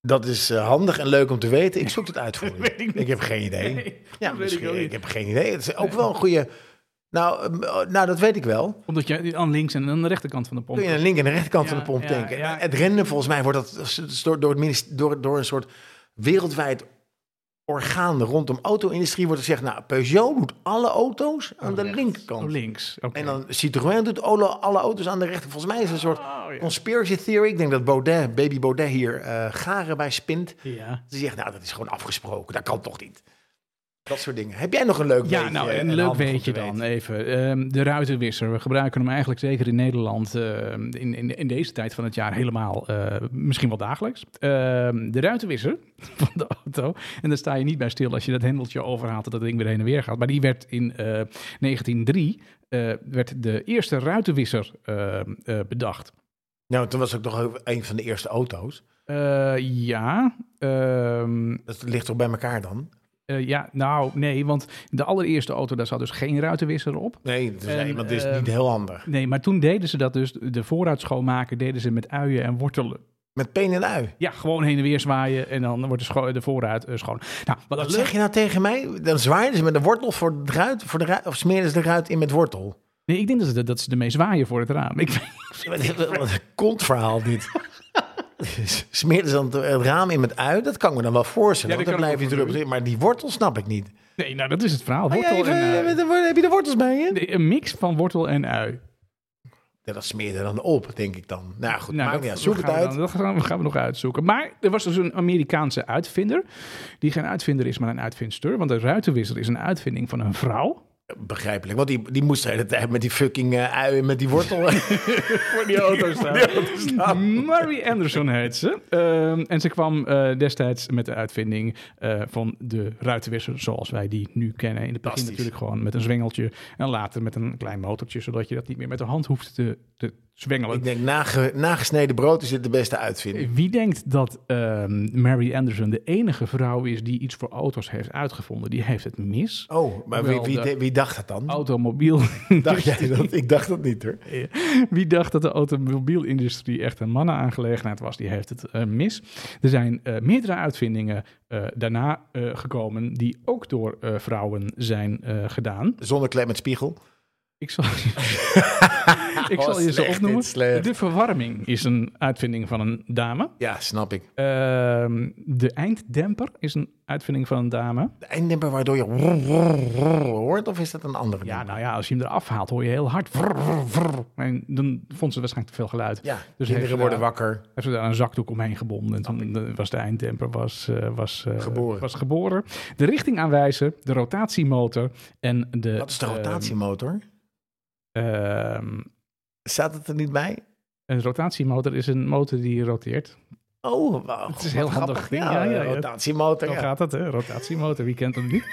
Dat is eh, handig en leuk om te weten. Ik zoek het uit voor je.
weet ik niet.
Ik heb geen idee. ja, misschien,
ook
ik,
niet.
heb geen idee. Het is ook wel een goede... Nou, ehm, oh, nou, dat weet ik wel.
Omdat je aan links en aan de rechterkant van de pomp.
Kun je aan de linker en de rechterkant van de
Ja,
pomp
ja,
tanken.
ja.
Het rennen, volgens mij, wordt dat s- door, door, het minis- door, door een soort wereldwijd orgaan rondom auto-industrie wordt gezegd... Nou, Peugeot doet alle auto's aan de linkerkant.
Oh, links. oké.
En dan Citroën doet alle, alle auto's aan de rechter. Volgens mij is het een soort
Oh, ja.
conspiracy theory. Ik denk dat Baudet, baby Baudet hier eh, garen bij spint.
Ja.
Ze zegt, nou, dat is gewoon afgesproken. Dat kan toch niet? Dat soort dingen. Heb jij nog een leuk
Ja,
weetje?
nou,
en
een
handig
leuk
om te
weetje
weten?
dan even. Ehm, de ruitenwisser. We gebruiken hem eigenlijk zeker in Nederland ehm, in, in, in deze tijd van het jaar helemaal, eh, misschien wel dagelijks. Ehm, de ruitenwisser van de auto. En daar sta je niet bij stil als je dat hendeltje overhaalt dat dat ding weer heen en weer gaat. Maar die werd in eh, 1903 eh, werd de eerste ruitenwisser ehm, eh, bedacht.
Nou, toen was ik toch een van de eerste auto's.
Eh, ja, ehm,
Dat ligt toch bij elkaar dan?
eh, ja, nou nee, want de allereerste auto, daar zat dus geen ruitenwisser op.
Nee, dat is,
En,
maar dat is
ehm,
niet heel handig.
Nee, maar toen deden ze dat dus, de vooruit schoonmaken, deden ze met uien en wortelen.
Met peen en ui.
Ja, gewoon heen en weer zwaaien en dan wordt de, scho- de vooruit eh, schoon. Nou, wat
Wat
dat
zeg je nou tegen mij? Dan zwaaiden ze met de wortel voor de ruit, voor de ruit of smeren ze de ruit in met wortel.
Nee, ik denk dat ze, dat ze ermee zwaaien voor het raam. Ik,
Wat een kontverhaal dit. Smeerden ze dan het raam in met ui? Dat kan ik me dan wel voorstellen.
Ja,
want
dat
dan
kan ik
blijf je
me
erop zitten. Maar die wortel snap ik niet.
nee, nou, dat is het verhaal.
Ah, ja,
Wortel
even-
en, ui.
met de wor- heb je de wortels bij je?
eh, Nee, een mix van wortel en ui.
Ja, dat smeerde dan op, denk ik dan. Nou ja, goed,
Nou, dat-
maakt niet uit.
dat
Zoek het
gaan we
uit.
dan- dat gaan we, gaan we nog uitzoeken. Maar er was dus een Amerikaanse uitvinder. Die geen uitvinder is, maar een uitvindster. Want de ruitenwisser is een uitvinding van een vrouw.
Begrijpelijk, want die, die moest de hele tijd met die fucking eh, ui en met die wortel.
Voor die auto staan. Murray Anderson heet ze. Ehm, en ze kwam eh, destijds met de uitvinding eh, van de ruitenwisser zoals wij die nu kennen. In het begin
Fantastisch.
natuurlijk gewoon met een zwengeltje en later met een klein motortje, zodat je dat niet meer met de hand hoeft te, te zwengelen.
ik denk, nage, nagesneden brood is dit de beste uitvinding.
Wie denkt dat ehm, Mary Anderson de enige vrouw is die iets voor auto's heeft uitgevonden? Die heeft het mis.
Oh, maar wie,
Wel, Oh,
wie,
de-
wie dacht dat dan?
Automobiel.
Dacht jij dat? Ik dacht dat niet hoor.
Wie dacht dat de automobielindustrie echt een mannenaangelegenheid was, die heeft het eh, mis. Er zijn eh, meerdere uitvindingen eh, daarna eh, gekomen die ook door eh, vrouwen zijn eh, gedaan.
Zonneklem met spiegel.
Ik zal, ik zal je ze
Oh, slecht,
opnoemen.
dit is slecht.
De verwarming is een uitvinding van een dame.
Ja, snap ik.
Ehm, de einddemper is een uitvinding van een dame.
De einddemper waardoor je rrr, rrr, rrr hoort, of is dat een andere?
Ja,
ding?
nou ja, als je hem eraf haalt, hoor je heel hard. vrrr, vrrr, vrrr. En dan vond ze waarschijnlijk te veel geluid.
ja
Dus heeft ze
kinderen worden
daar-
wakker.
Heeft ze daar een zakdoek omheen gebonden. En toen eh, was de eindtemper was, eh, was, eh,
Geboren.
was geboren. De richting aanwijzen, de rotatiemotor en de...
Wat is de rotatiemotor?
ehm, ehm,
Staat het er niet bij?
een rotatiemotor is een motor die roteert.
Oh, wauw.
is heel
wat
handig.
grappig. Ja,
Ja, ja, ja.
rotatiemotor.
Zo
ja.
gaat dat, hè? Rotatiemotor, wie kent dat niet?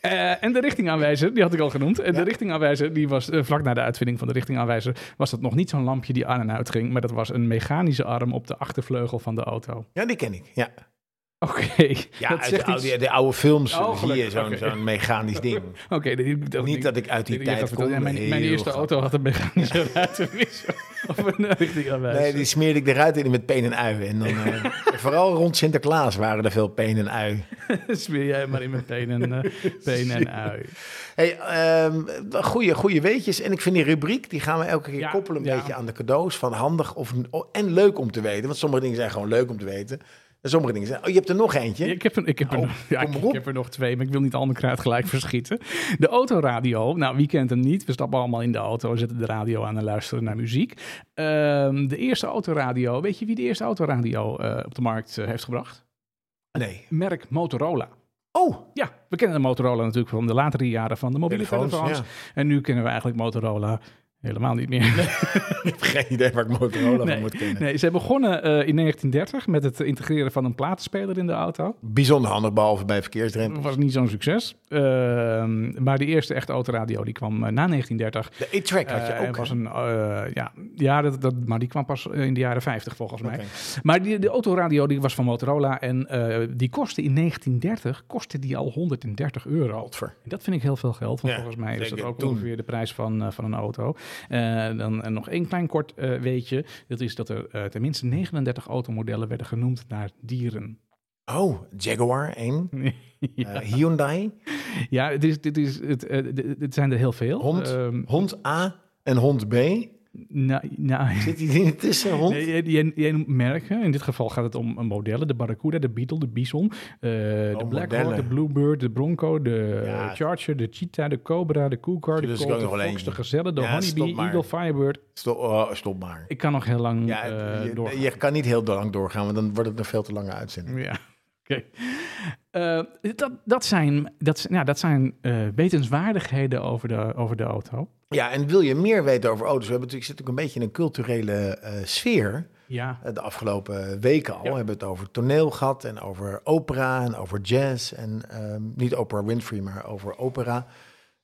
Eh, en de richtingaanwijzer, die had ik al genoemd. En de
Ja.
richtingaanwijzer, die was eh, vlak na de uitvinding van de richtingaanwijzer... was dat nog niet zo'n lampje die aan en uit ging... maar dat was een mechanische arm op de achtervleugel van de auto.
Ja, die ken ik. Ja,
Oké,
ja
dat
uit de
zegt
oude,
iets...
de oude films
Oh,
zie je
gelukkig,
zo'n
oké.
zo'n mechanisch ding.
Oké, dit- dat-
Niet dat ik uit die
Ja,
tijd
dat
kom.
vertelde- ja, mijn, mijn
Heel
eerste
grappig.
auto had een mechanische ruitenwisser. of een eh, richtingaanwijzer.
Nee, die smeerde ik de ruit in met peen en ui. En dan, eh, vooral rond Sinterklaas waren er veel peen en ui.
Smeer jij maar in mijn tenen, eh, tenen en ui.
Hey, ehm, goeie, goeie weetjes. En ik vind die rubriek, die gaan we elke keer
Ja,
koppelen een
ja.
beetje aan de cadeaus. Van handig of, en leuk om te weten. Want sommige dingen zijn gewoon leuk om te weten. En sommige dingen zijn, oh, je hebt er nog eentje.
Ja, Ik heb, er, ik, heb er,
Nou,
nog- ja,
kom
ik,
maar
ik
op.
heb er nog twee, maar ik wil niet allemaal kruid gelijk verschieten. De autoradio, nou wie kent hem niet? We stappen allemaal in de auto, zetten de radio aan en luisteren naar muziek. Ehm, de eerste autoradio, weet je wie de eerste autoradio eh, op de markt eh, heeft gebracht?
Nee.
Merk Motorola.
Oh,
Ja, we kennen de Motorola natuurlijk van de latere jaren van de mobiele
Telefoons,
telefoons. En nu kennen we eigenlijk Motorola helemaal niet meer.
ik heb geen idee waar ik Motorola
Nee,
van moet kennen.
nee, ze begonnen eh, in 1930 met het integreren van een platenspeler in de auto.
Bijzonder handig, behalve bij verkeersdrempel.
Dat was niet zo'n succes. Ehm, maar de eerste echte autoradio die kwam eh, na 1930.
De e-track had je
Eh,
ook.
er was
hè?
een, eh, ja, ja dat, dat, maar die kwam pas eh, in de jaren 50 volgens mij.
Oké.
Maar die, de autoradio die was van Motorola en eh, die kostte in 1930 kostte die al 130 euro.
Godver.
Dat vind ik heel veel geld, want
Ja,
volgens mij is
zeker
dat ook
toen.
ongeveer de prijs van, eh, van een auto. Eh, dan en nog één klein kort eh, weetje. Dat is dat er eh, tenminste 39 automodellen werden genoemd naar dieren.
Oh, Jaguar 1.
ja.
Hyundai.
Ja, het, is, dit is, het, eh, dit- dit zijn er heel veel.
Hond.
Ehm,
Hond A en hond B.
nou, nou,
Zit die in tussen hond?
nee, jij- jij- jij noemt merken. In dit geval gaat het om eh, modellen. De Barracuda, de Beetle, de Bison, eh, de Black Hawk,
Oh, modellen.
de Bluebird, de Bronco, de
Ja.
eh, Charger, de Cheetah, de Cobra, de Cougar, de
Dus ik
Colt,
ook
de
nog wel
Fox,
eentje.
de Gazelle, de
Ja, stop
Honeybee,
maar.
Eagle, Firebird.
Stop, oh, stop maar.
Ik kan nog heel lang
Ja,
eh,
je-
doorgaan.
je, kan niet heel lang doorgaan, want dan wordt het een veel te lange uitzending.
Ja, oké. Eh, dat, dat zijn, dat, zijn- ja, dat zijn eh, wetenswaardigheden over de, over de auto.
Ja, en wil je meer weten over auto's? We hebben natuurlijk, zitten natuurlijk een beetje in een culturele eh, sfeer.
Ja,
Eh, De afgelopen weken al
Ja.
hebben we het over toneel gehad en over opera en over jazz. En ehm, niet Oprah Winfrey, maar over opera,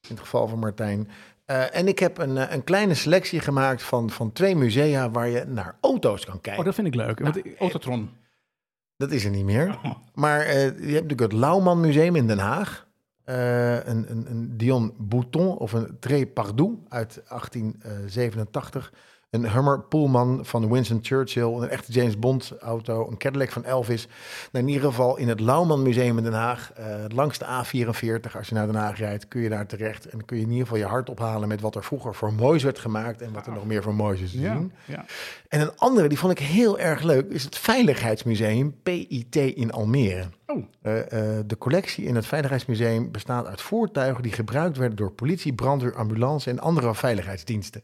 in het geval van Martijn. Eh, en ik heb een, eh, een kleine selectie gemaakt van, van twee musea waar je naar auto's kan kijken.
oh, dat vind ik
Nou,
leuk. want, Autotron.
Dat is er niet meer. Maar eh, je hebt natuurlijk het Lauwman Museum in Den Haag. Eh, een, een, een Dion Bouton of een Tré Pardou uit 1887. Een Hummer Pullman van Winston Churchill. Een echte James Bond auto. Een Cadillac van Elvis. Nou, in ieder geval in het Lauwman Museum in Den Haag. eh, langs de A44, als je naar Den Haag rijdt, kun je daar terecht. En dan kun je in ieder geval je hart ophalen met wat er vroeger voor moois werd gemaakt. En wat er nog meer voor moois is te
Ja,
zien.
ja.
En een andere, die vond ik heel erg leuk, is het Veiligheidsmuseum PIT in Almere.
Oh.
Eh, eh, de collectie in het Veiligheidsmuseum bestaat uit voertuigen die gebruikt werden door politie, brandweer, ambulance en andere veiligheidsdiensten.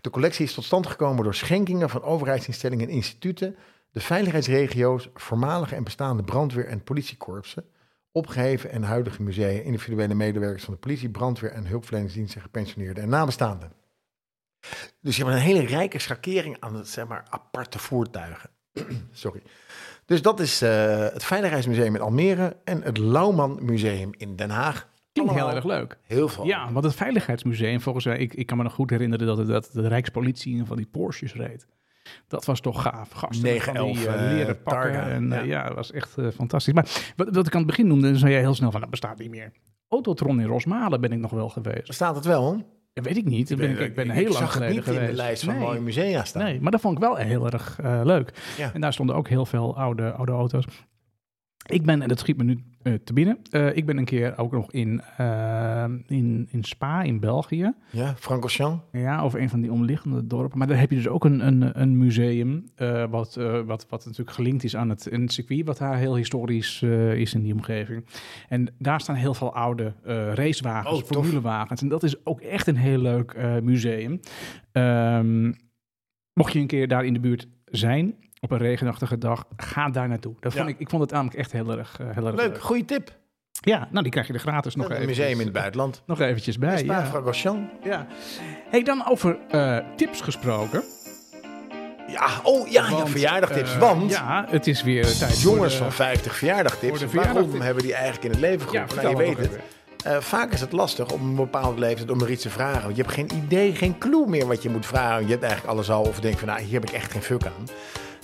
De collectie is tot stand gekomen door schenkingen van overheidsinstellingen en instituten, de veiligheidsregio's, voormalige en bestaande brandweer- en politiekorpsen, opgeheven en huidige musea, individuele medewerkers van de politie, brandweer en hulpverleningsdiensten, gepensioneerden en nabestaanden. Dus je hebt een hele rijke schakering aan zeg maar, aparte voertuigen. Sorry. Dus dat is eh, het Veiligheidsmuseum in Almere en het Lauwman Museum in Den Haag.
Klinkt heel
Allemaal
erg leuk.
Heel veel.
Ja, want het Veiligheidsmuseum, volgens mij, ik, ik kan me nog goed herinneren dat, het- dat de Rijkspolitie in van die Porsches reed. Dat was toch gaaf. Gasten met van die
911,
eh, leren
eh,
pakken.
Targa,
en, eh,
ja.
ja, dat was echt eh, fantastisch. Maar wat, wat ik aan het begin noemde, zei jij heel snel van, dat bestaat niet meer. Autotron in Rosmalen ben ik nog wel geweest.
Staat het wel? hoor?
Dat weet ik niet. Ik ben, ik, ben heel lang
zag het
geleden
niet
geweest.
in de lijst van
Nee.
mooie musea staan.
Nee, maar dat vond ik wel heel erg eh, leuk.
Ja.
En daar stonden ook heel veel oude, oude auto's. Ik ben, en dat schiet me nu eh, te binnen, eh, ik ben een keer ook nog in, eh, in, in Spa in België.
Ja, Francorchamps.
Ja, of een van die omliggende dorpen. Maar daar heb je dus ook een, een, een museum, eh, wat, eh, wat, wat natuurlijk gelinkt is aan het, een circuit, wat daar heel historisch eh, is in die omgeving. En daar staan heel veel oude eh, racewagens,
Oh, tof.
formulewagens. En dat is ook echt een heel leuk eh, museum. Ehm, mocht je een keer daar in de buurt zijn, op een regenachtige dag, ga daar naartoe. Dat vond
Ja.
ik, ik vond het namelijk echt heel erg, eh, heel erg leuk.
Leuk, goede tip.
Ja, nou die krijg je er gratis nog
een
eventjes-
museum in het buitenland.
Nog eventjes bij.
Spa,
Ja.
Francorchamps.
Ja. Hey, dan over eh, tips gesproken.
Ja, oh ja, ja
Want,
verjaardagtips.
eh,
want
Ja, het is weer tijd voor
jongens
de-
van 50
voor
verjaardagtips.
de
Waarom
verjaardagtip.
hebben die eigenlijk in het leven
Ja,
geroepen?
vertel
nou, je
het
weet
nog
het.
even.
Eh, vaak is het lastig om een bepaalde leeftijd om er iets te vragen. Want je hebt geen idee, geen clue meer wat je moet vragen. Je hebt eigenlijk alles al. Of je denkt van, nou, hier heb ik echt geen fuck aan.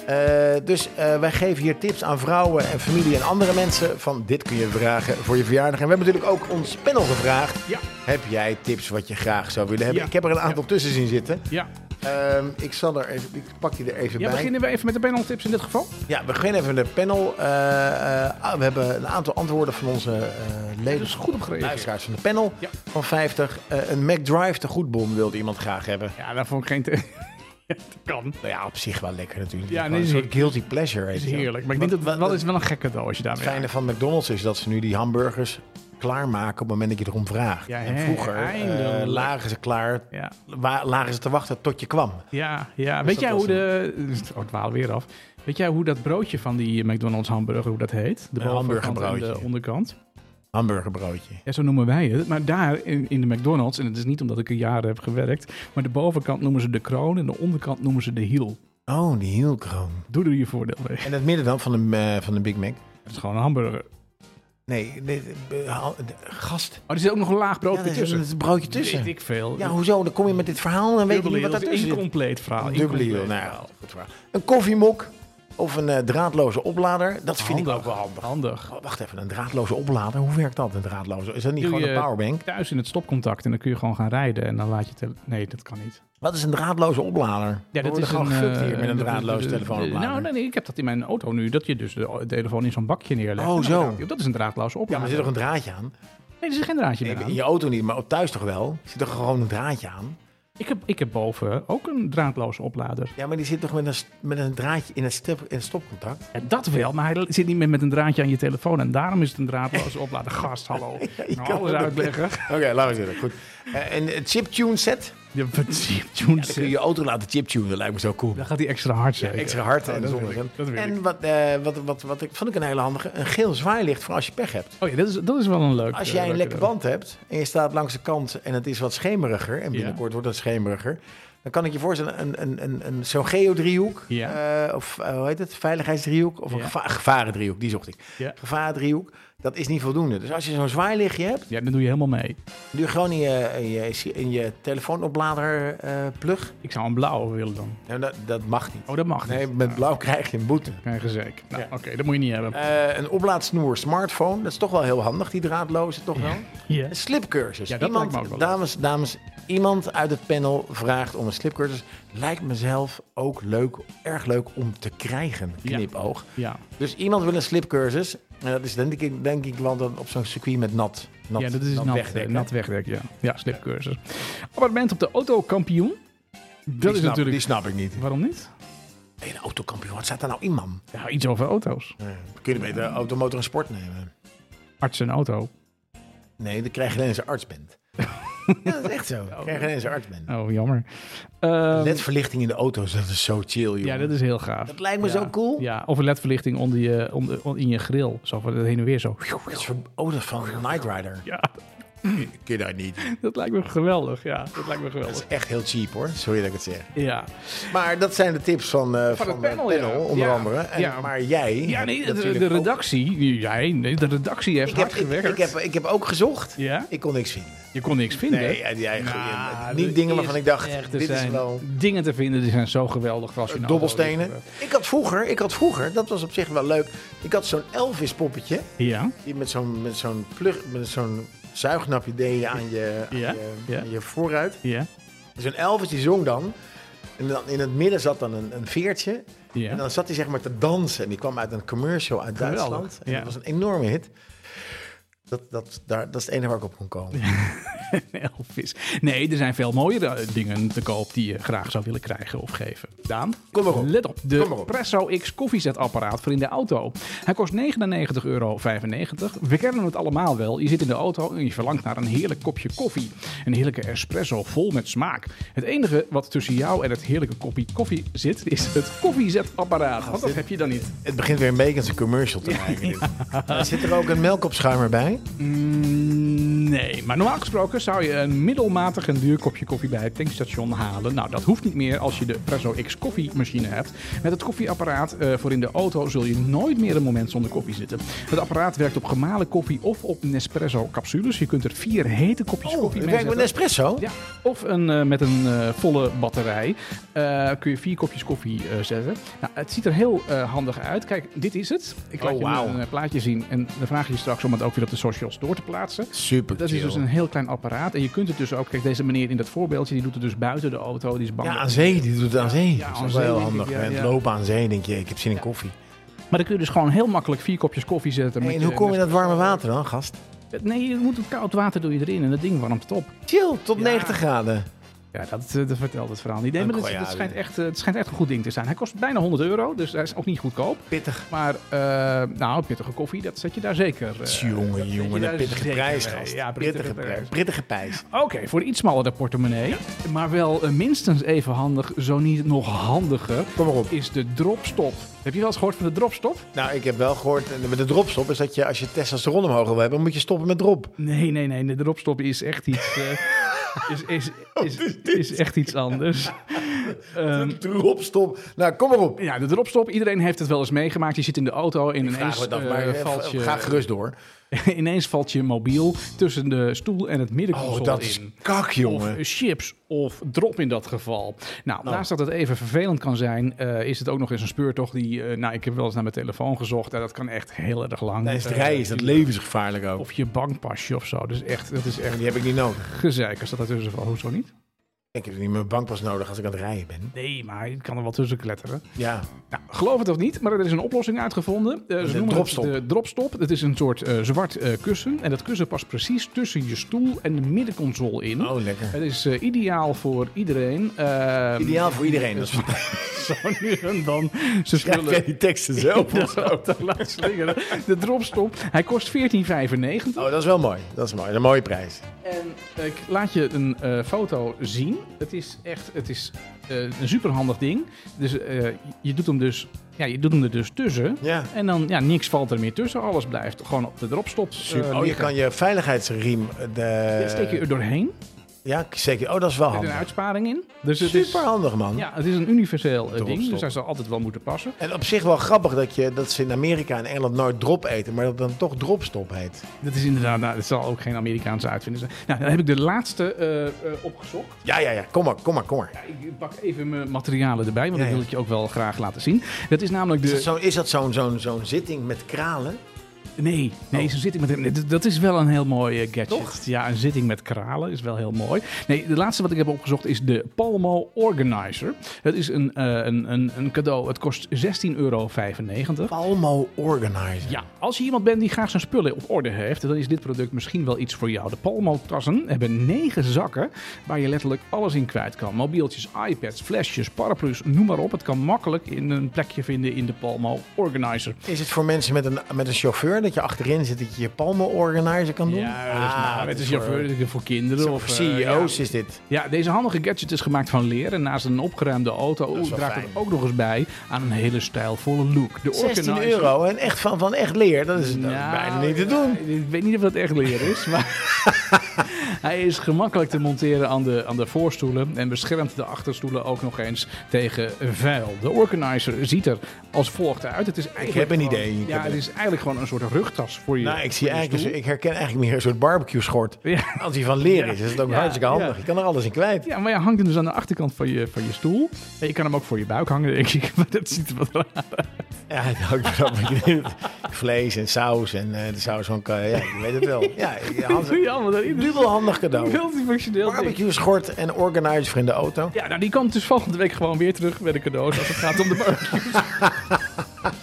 Eh, dus eh, wij geven hier tips aan vrouwen en familie en andere mensen. Van dit kun je vragen voor je verjaardag. En we hebben natuurlijk ook ons panel gevraagd.
Ja.
Heb jij tips wat je graag zou willen hebben?
Ja.
Ik heb er een aantal tussen zien zitten.
Ja.
Ehm, ik, zal er even, ik pak die er even
ja,
bij.
beginnen we even met de paneltips in dit geval.
Ja, we beginnen even met de panel. Eh, eh, ah, we hebben een aantal antwoorden van onze eh
Dat
leden.
is goed opgereageerd.
Luisteraars van de panel
Ja.
van 50. Eh, een McDrive de goedbon wilde iemand graag hebben.
Ja, daar vond ik geen... te- dat kan.
Nou ja, op zich wel lekker natuurlijk.
Ja,
Ja,
nee,
een soort
ik-
guilty pleasure. weet
Dat is
je wel.
heerlijk. Maar ik denk dat
Wat-
dat
wat-
wel is wel een gek cadeau als je
Het
daarmee...
fijne van McDonald's is dat ze nu die hamburgers klaarmaken op het moment dat je erom vraagt.
Ja,
en
hè,
vroeger eh,
eindelijk.
lagen ze klaar,
Ja,
wa- lagen ze te wachten tot je kwam.
ja, ja. Weet
dat
jij
was
hoe de... Oh, ik dwaal weer af. Weet jij hoe dat broodje van die eh, McDonald's hamburger, hoe dat heet? De
Een
bovenkant en de
hamburgerbroodje.
onderkant.
Hamburgerbroodje.
Ja, zo noemen wij het. Maar daar in, in de McDonald's, en het is niet omdat ik er jaren heb gewerkt, maar de bovenkant noemen ze de kroon en de onderkant noemen ze de hiel.
Oh, die hielkroon.
Doe er je voordeel mee.
En het midden dan van de, eh, van de Big Mac?
Het is gewoon een hamburger.
Nee, nee, eh, haal- de- gast.
Oh, er zit ook nog een laag
Ja,
brood
er is
tussen.
een broodje tussen.
Weet ik veel.
Ja, hoezo? Dan kom je met dit verhaal en weet je
Dubbele
niet
hiel.
wat
Het is een
daartussen zit.
incompleet verhaal.
Dubbele hiel.
Incompleet
Nou, ja,
verhaal.
goed verhaal. Een koffiemok of een eh, draadloze oplader. Dat vind ik
Handig.
ook wel handig.
Handig.
Oh, wacht even, een draadloze oplader. Hoe werkt dat, een draadloze? Is dat niet
Doe
gewoon
je-
een powerbank?
Thuis in het stopcontact en dan kun je gewoon gaan rijden en dan laat je het... Nee, dat kan niet.
Wat is een draadloze oplader?
Ja,
We
dat
worden
is
gewoon
een...
gefukt
eh,
hier met een
de- de-
draadloze
de-
telefoon
de- Nou, nee, nee, ik heb dat in mijn auto nu. Dat je dus de telefoon in zo'n bakje neerlegt. En
Oh,
dan
zo.
draait hij op. Dat is een draadloze
Ja, maar er
oplader.
zit toch een draadje aan?
Nee, er zit geen draadje
Nee,
meer aan.
in je auto niet, maar op thuis toch wel? Zit er gewoon een draadje aan?
Ik heb, ik heb boven ook een draadloze oplader.
Ja, maar die zit toch met een, st- met een draadje in een, step, in een stopcontact?
Ja, dat wel, maar hij zit niet meer met een draadje aan je telefoon. En daarom is het een draadloze oplader. Gast, hallo. nou,
kan
alles
het ook
uitleggen.
Oké, laat ik zitten. Goed. Eh, en een chiptune set?
Je principe tunes.
Dan kun je je auto laten chiptunen. Dat lijkt me zo cool.
Dan gaat hij extra hard zijn.
Extra hard en
eh, oh, dat
zo.
wil ik, dat wil
En wat, eh, wat, wat, wat ik vond ik een hele handige, een geel zwaailicht voor als je pech hebt.
Oh ja, dat is, dat is wel een leuk.
Als
eh,
jij een
leuke
lekke
dan.
band hebt en je staat langs de kant en het is wat schemeriger, en binnenkort wordt dat schemeriger, dan kan ik je voorstellen, een, een, een, een, zo'n geodriehoek,
Ja.
eh, of eh, hoe heet het, veiligheidsdriehoek, of een
Ja.
geva- gevarendriehoek, die zocht ik.
Ja.
Gevarendriehoek, dat is niet voldoende. Dus als je zo'n zwaailichtje hebt,
Ja, dan doe je helemaal mee.
doe je gewoon in je, in je, in je telefoonoplader eh, plug.
Ik zou een blauwe willen dan.
Nou, dat, dat mag niet.
Oh, dat mag
Nee,
niet.
met blauw krijg je een boete.
Geen gezeik. Nou,
Ja.
oké, dat moet je niet hebben.
Eh, een oplaadsnoer smartphone, dat is toch wel heel handig, die draadloze toch wel.
Ja.
Een slipcursus.
Ja, dat
iemand,
lijkt me ook wel
dames, dames, iemand uit het panel vraagt om een slipcursus. Lijkt mezelf ook leuk, erg leuk om te krijgen,
Ja.
knipoog.
Ja.
Dus iemand wil een slipcursus. En dat is denk ik, denk ik wel dan op zo'n circuit met nat. nat
ja, dat is nat
wegdek,
wegdek.
hè?
nat wegdek, ja. Ja, slipcursus. Abonnement op de autokampioen. Dat
Die
is
snap-
natuurlijk...
Die snap ik niet.
Waarom niet?
Hey, een autokampioen, wat staat daar nou in, man?
Ja, iets over auto's.
kun je beter automotor en sport nemen?
Arts en auto.
Nee, dan krijg je ineens een artsband. ja, dat is echt zo. Dan krijg je ineens een artsband.
Oh, jammer. Ehm,
Net verlichting in de auto's, dat is zo chill, joh.
ja, dat is heel gaaf.
Dat lijkt me
Ja.
zo cool.
Ja, of een ledverlichting onder je, onder, on- in je grill. Zo van het heen en weer zo.
Dat is ver- oh, dat is van Knight Rider.
Ja,
Kun je daar niet.
dat lijkt me geweldig. Ja, dat lijkt me
Dat
geweldig.
is echt heel cheap hoor, sorry dat ik het zeg.
Ja.
Maar dat zijn de tips van, eh, van,
het
de
panel, ja.
onder
Ja,
andere. En,
ja.
Maar jij...
Ja,
hebt
nee, de, de
natuurlijk ook-
redactie. die- jij, nee, de redactie heeft
Ik heb,
hard
ik,
gewerkt.
ik heb, ik heb ook gezocht.
ja?
Ik kon niks vinden.
Je kon niks vinden.
Nee, ja, die eigen-
Nou,
niet
er
dingen
is
waarvan ik dacht,
echt, er
dit is
zijn Nou,
wel... Eh,
Dingen te vinden die zijn zo geweldig. Als je een auto
Dobbelstenen.
hebt.
Ik had vroeger, ik had vroeger, dat was op zich wel leuk. Ik had zo'n Elvis poppetje.
Ja,
Die met zo'n met zo'n plug, met zo'n zuignapje deed je aan je, aan
Ja,
je,
ja.
aan je vooruit.
ja,
Dus een Elvis die zong dan. En dan in het midden zat dan een, een veertje. En
ja.
dan zat hij zeg maar te dansen. En die kwam uit een commercial uit
Geweldig,
Duitsland. En
ja.
dat was een enorme hit. Dat, dat, daar, dat is het enige waar ik op kon komen.
Elvis. Nee, er zijn veel mooiere eh, dingen te koop die je graag zou willen krijgen of geven. Daan,
Kom maar op.
Let op,
Kom
de
maar op.
Presso X koffiezetapparaat voor in de auto. Hij kost 99,95 euro. We kennen het allemaal wel. Je zit in de auto en je verlangt naar een heerlijk kopje koffie. Een heerlijke espresso vol met smaak. Het enige wat tussen jou en het heerlijke kopje koffie zit, is het koffiezetapparaat.
Ah,
Want dat heb je dan niet.
Het begint weer een beetje als een commercial te lijken. dit. Eh, Zit er ook een melkopschuimer bij?
Mm, Nee, maar normaal gesproken zou je een middelmatig en duur kopje koffie bij het tankstation halen. Nou, dat hoeft niet meer als je de Presso X koffiemachine hebt. Met het koffieapparaat eh, voor in de auto zul je nooit meer een moment zonder koffie zitten. Het apparaat werkt op gemalen koffie of op Nespresso capsules. Je kunt er vier hete kopjes
Oh,
koffie
het
mee
werkt met
zetten.
Nespresso?
Ja, of een, eh, met een eh, volle batterij eh, kun je vier kopjes koffie eh, zetten. Nou, het ziet er heel eh, handig uit. Kijk, dit is het. Ik laat
Oh,
je
wauw.
een eh, plaatje zien en dan vraag je je straks om het ook weer op de socials door te plaatsen.
Super
Dat is dus een heel klein apparaat. En je kunt het dus ook, kijk deze meneer in dat voorbeeldje, die doet het dus buiten de auto. Die is bang.
Ja, aan zee. Die doet het aan zee.
ja,
dat is
aan
wel
zee,
heel
denk ik,
handig.
ja,
En het
ja.
lopen aan zee denk je, ik heb zin in koffie.
Maar dan kun je dus gewoon heel makkelijk vier kopjes koffie zetten.
Hey,
met
en hoe
je- dus
kom je in dat warme water dan, gast?
Nee, je moet het koud water doe je erin en dat ding warmt het op.
Chill, tot
Ja.
90 graden.
Ja, Ja, dat, eh, dat vertelt het verhaal niet. Nee, maar het, het
Incroyable.
schijnt echt, eh, het schijnt echt een goed ding te zijn. Hij kost bijna 100 euro, dus hij is ook niet goedkoop.
Pittig.
Maar, eh, nou, pittige koffie, dat zet je daar zeker. eh,
jongen,
dat zet je
jongen,
daar
een pittige
zeker
prijs,
bij.
gast.
Ja,
Pittige prijs. Pittige prijs.
Oké, voor de iets smallere portemonnee, maar wel eh, minstens even handig, zo niet nog handiger,
Kom maar op.
is de dropstop. Heb je wel eens gehoord van de dropstop?
Nou, ik heb wel gehoord, en met de dropstop is dat je als je testosteron omhoog wil hebben, moet je stoppen met drop.
Nee, nee, nee, de dropstop is echt iets... eh, Is, is, is, is echt iets anders. Ehm,
Dropstop. Nou, kom maar op.
ja, de dropstop. Iedereen heeft het wel eens meegemaakt. Je zit in de auto en
Vragen
ineens,
we dat
eh,
maar. eh,
valt je, Oh,
Ga gerust door.
ineens valt je mobiel tussen de stoel en het middenconsole
Oh, dat
in.
is kak, jongen.
Of chips of drop in dat geval. Nou, naast dat het even vervelend kan zijn, eh, is het ook nog eens een speurtocht die. eh, nou, ik heb wel eens naar mijn telefoon gezocht. en dat kan echt heel erg lang.
Tijdens de
Eh,
rij is dat levensgevaarlijk ook.
Of je bankpasje of zo. Dus echt, dat is
En
echt
die heb ik niet nodig.
gezeik als dat ertussen valt. Hoezo niet?
Ik heb niet mijn bankpas nodig als ik aan het rijden ben.
Nee, maar ik kan er wel tussen kletteren.
Ja,
Nou, geloof het of niet, maar er is een oplossing uitgevonden. Eh, ze
De
noemen
dropstop.
Het de dropstop. Het is een soort eh, zwart eh, kussen. En dat kussen past precies tussen je stoel en de middenconsole in.
oh lekker.
Het is eh, ideaal voor iedereen. Ehm,
Ideaal voor iedereen. Dat is
zo nu en dan. Ze
Schrijf
spullen
jij die teksten zelf.
in de auto laten slingeren. De dropstop. Hij kost 14,95.
Oh, dat is wel mooi. Dat is mooi. Dat is Een mooie prijs.
En ik laat je een eh, foto zien. Het is echt het is, eh, een superhandig ding. Dus eh, je, doet hem dus, ja, je doet hem er dus tussen.
Ja.
En dan, ja, niks valt er meer tussen. Alles blijft gewoon op de dropstop. eh,
oh, je
liggen.
kan je veiligheidsriem. eh, De...
Dit steek je er doorheen.
Ja, zeker. Oh, dat is wel
Er zit een
handig.
uitsparing in. Dus nou, het
Super
is,
handig, man.
ja, het is een universeel eh, ding.
Dropstop.
Dus hij zal altijd wel moeten passen.
En op zich wel grappig dat, je, dat ze in Amerika en Engeland nooit drop eten, maar dat het dan toch dropstop heet.
Dat is inderdaad, nou, dat zal ook geen Amerikaanse uitvinding zijn. Nou, dan heb ik de laatste eh, eh, opgezocht.
Ja, ja, ja. Kom maar, kom maar, kom maar.
Ja, ik pak even mijn materialen erbij, want
Ja,
dat
ja.
wil ik je ook wel graag laten zien. Dat is namelijk
Is dat
de...
zo- Is dat zo'n zo'n zo'n zitting met kralen?
Nee, nee,
Oh.
zo'n zitting met... nee, d- Dat is wel een heel mooi eh, gadget.
Toch?
Ja, een zitting met kralen is wel heel mooi. Nee, de laatste wat ik heb opgezocht is de Palmo Organizer. Het is een, eh, een, een, een cadeau. Het kost 16,95 euro.
Palmo Organizer.
Ja, als je iemand bent die graag zijn spullen op orde heeft, dan is dit product misschien wel iets voor jou. De Palmo-tassen hebben negen zakken waar je letterlijk alles in kwijt kan. Mobieltjes, iPads, flesjes, paraplu's, noem maar op. Het kan makkelijk in een plekje vinden in de Palmo Organizer.
Is het voor mensen met een, met een chauffeur dat je achterin zit dat je je Palmo Organizer kan doen? Ah,
nou, het is
voor- E
voor, voor kinderen
Of
of eh,
CEO's
ja.
is dit.
Ja, deze handige gadget is gemaakt van leer en naast een opgeruimde auto
is
oeh,
wel
draagt het
fijn.
ook nog eens bij aan een hele stijlvolle look. De
16
Organizer-
euro en echt van, van echt leer, dat is, dat is
Nou,
bijna niet te doen.
ja, Ik weet niet of dat echt leer is, maar hij is gemakkelijk te monteren aan de, aan de voorstoelen en beschermt de achterstoelen ook nog eens tegen vuil. De organizer ziet er als volgt uit. Het is eigenlijk
heb een
gewoon-
idee. Ik
Ja,
heb
het
een-
is eigenlijk gewoon een soort rugtas voor je.
Nou, ik, zie
voor je
eigenlijk, dus-
stoel.
ik herken eigenlijk meer een soort barbecue schort.
Ja.
Als die van leer is, is het ook
Ja,
hartstikke handig.
ja.
Je kan er alles in kwijt.
Ja, maar je hangt hem dus aan de achterkant van je, van je stoel. En je kan hem ook voor je buik hangen, denk ik. Maar dat ziet er wat raar uit.
Ja, nou, ik snap het niet. Vlees en saus en eh, de saus van... ka- Ja, je weet het wel. Ja, je
Dat
had
doe
een
je allemaal daarin.
dubbelhandig cadeau.
Multifunctioneel ding.
Barbecue schort en organizer voor in de auto.
Ja, nou die komt dus volgende week gewoon weer terug met de cadeaus als het gaat om de barbecues.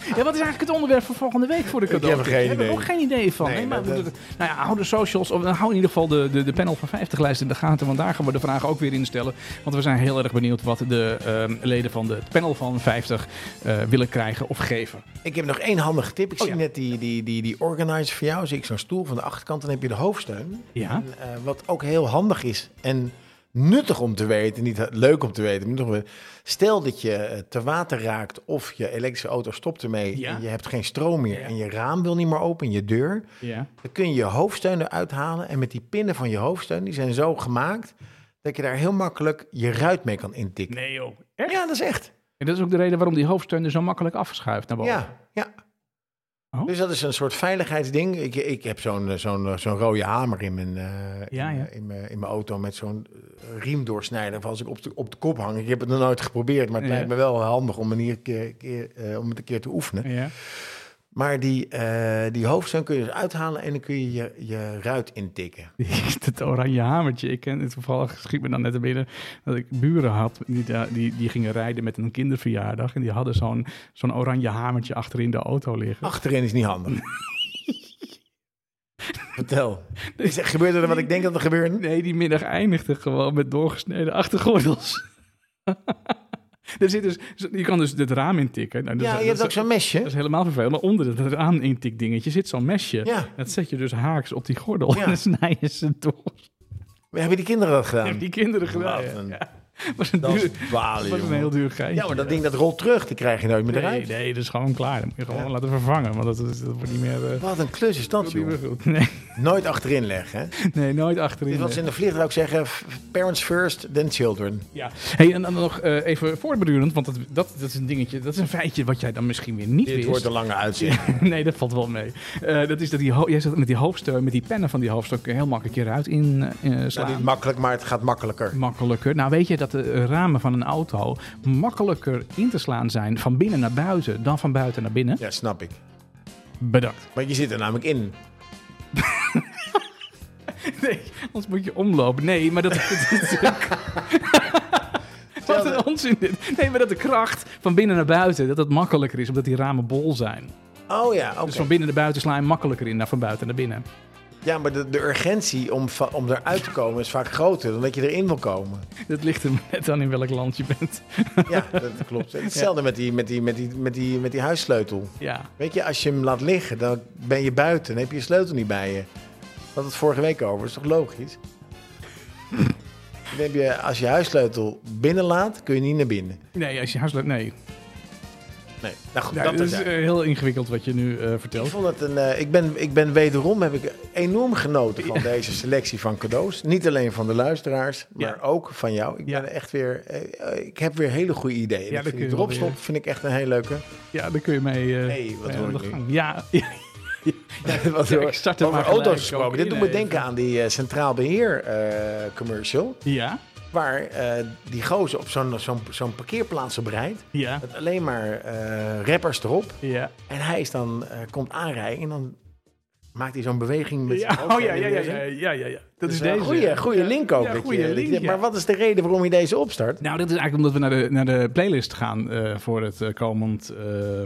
ja, wat is eigenlijk het onderwerp voor volgende week voor de cadeaus?
heb er geen
Daar heb
idee.
ik ook geen idee van.
Nee,
Nee, maar,
dat-
we- nou ja, hou de socials, of hou in ieder geval de, de, de panel van 50 lijst in de gaten, want daar gaan we de vragen ook weer instellen. Want we zijn heel erg benieuwd wat de ehm, leden van de panel van 50 eh, willen krijgen of geven.
Ik heb nog één handige tip. Ik
Oh,
zie
ja.
net die, die, die, die organizer voor jou. Zie ik zo'n stoel van de achterkant. Dan heb je de hoofdsteun.
Ja.
En, eh, wat ook heel handig is en nuttig om te weten, niet eh, leuk om te weten. maar nuttig om te weten. Stel dat je eh, te water raakt of je elektrische auto stopt ermee
Ja.
en je hebt geen stroom meer
Ja.
en je raam wil niet meer open, je deur.
Ja.
Dan kun je je hoofdsteun eruit halen en met die pinnen van je hoofdsteun, die zijn zo gemaakt dat je daar heel makkelijk je ruit mee kan intikken.
Nee joh, echt?
Ja, dat is echt.
En dat is ook de reden waarom die hoofdsteun er zo makkelijk afschuift naar boven.
Ja, ja.
Oh.
Dus dat is een soort veiligheidsding. Ik, ik heb zo'n eh, zo'n eh, zo'n rode hamer in mijn, eh,
Ja,
in,
ja.
eh, in mijn, in mijn auto met zo'n eh, riemdoorsnijder. Of als ik op de, op de kop hang. Ik heb het nog nooit geprobeerd, maar het
Ja.
lijkt me wel handig om, een hier keer, keer, eh, om het een keer te oefenen.
Ja.
Maar die, eh die hoofdsteun kun je dus uithalen en dan kun je je, je ruit intikken.
Het oranje hamertje. Ik ken het toevallig, schiet me dan net te binnen, dat ik buren had die, daar- die, die gingen rijden met een kinderverjaardag. En die hadden zo'n zo'n oranje hamertje achterin de auto liggen.
Achterin is niet handig. Vertel. Is, gebeurde er wat ik denk dat er gebeurde?
Dus- Nee, die middag eindigde gewoon met doorgesneden achtergordels. er zit dus, je kan dus het raam intikken. Nou, dat is-
Ja, je
dat
hebt
is-
ook zo'n mesje.
Dat is helemaal vervelend, maar onder het raam intik dingetje zit zo'n mesje.
Ja.
Dat zet je dus haaks op die gordel
Ja.
en dan snijden ze door.
Hebben die kinderen dat gedaan?
Hebben die kinderen gedaan.
Wat een-
Ja. Was een,
Dat is
duur,
balen,
was een
jongen.
heel duur geintje.
Ja, maar dat ding dat rolt terug, die krijg je nooit meer
Nee,
eruit.
nee, dat is gewoon klaar. Dat moet je gewoon laten vervangen, want dat, is- dat wordt niet meer, eh,
Wat een klus is dat,
wordt niet meer
joh.
goed. Nee,
Nooit achterin leggen, hè?
nee nooit eh,
Dus
achterin.
wat ze in de vliegtuig zeggen, f- parents first, then children.
Ja. Hey, en dan nog eh, even voortbedurend, want dat, dat, dat is een dingetje, dat is een feitje wat jij dan misschien weer niet
Dit
wist.
wordt een lange uitzending.
Nee, dat valt wel mee. Eh, dat is dat die ho- jij zegt met die hoofdsteun, met die pennen van die hoofdsteun kun je heel makkelijk je ruit in eh,
Nou,
slaan.
niet makkelijk, maar het gaat makkelijker.
makkelijker. Nou weet je dat de ramen van een auto makkelijker in te slaan zijn van binnen naar buiten dan van buiten naar binnen?
Ja, snap ik.
Bedankt.
Want je zit er namelijk in.
Nee, anders moet je omlopen. Nee, maar dat... Wat een onzin dit. Nee, maar dat de kracht van binnen naar buiten, dat het makkelijker is omdat die ramen bol zijn.
Oh ja, oké.
Dus van binnen naar buiten sla je makkelijker in dan van buiten naar binnen.
Ja, maar de, de urgentie om, va- om eruit te komen is vaak groter dan dat je erin wil komen.
Dat ligt er net aan in welk land je bent.
Ja, dat klopt. Hetzelfde met, die, met, die, met, die, met, die, met die huissleutel.
Ja.
Weet je, als je hem laat liggen, dan ben je buiten. Dan heb je je sleutel niet bij je. Dat het vorige week over. is toch logisch? Dan heb je, als je huissleutel binnen laat, kun je niet naar binnen.
Nee, als je huisleuk... Nee.
Nee, nou goed,
Ja,
dat
dat is eh,
terzijde.
heel ingewikkeld wat je nu eh,
Ik
vertelt.
vond het een. eh, ik, ben, ik ben wederom heb ik enorm genoten van deze selectie van cadeaus. Niet alleen van de luisteraars,
Ja.
maar ook van jou. Ik
Ja.
ben echt weer. eh, eh, ik heb weer hele goede ideeën.
dat
Ja, vind
kun
ik
je
erop
wel
stop vind ik echt een hele leuke.
Ja, daar kun je mee... eh,
Hey, wat
mee
hoor
aan
ik
de
nu?
gang. Ja, ja,
Wat
Ja,
hoor.
ik start er
Over
maar gelijk
auto's
ook
gesproken. Dit
in
doet me
even.
denken aan die eh, Centraal Beheer eh, commercial.
ja.
Waar eh, die gozer op zo'n zo'n zo'n parkeerplaats op rijdt.
ja.
Met alleen maar eh, rappers erop.
Ja.
En hij is dan, eh, komt aanrijden en dan maakt hij zo'n beweging met zijn
Ja.
hoofd
Oh ja,
heen
ja,
en
ja,
weer.
ja, ja, ja, ja. Dat is
Dus, eh,
deze.
Goeie, goeie link ook.
Ja,
dat je-
goeie
dat je-
link, ja.
Maar wat is de reden waarom je deze opstart?
Nou, dat is eigenlijk omdat we naar de, naar de playlist gaan eh, voor het eh, komend... eh,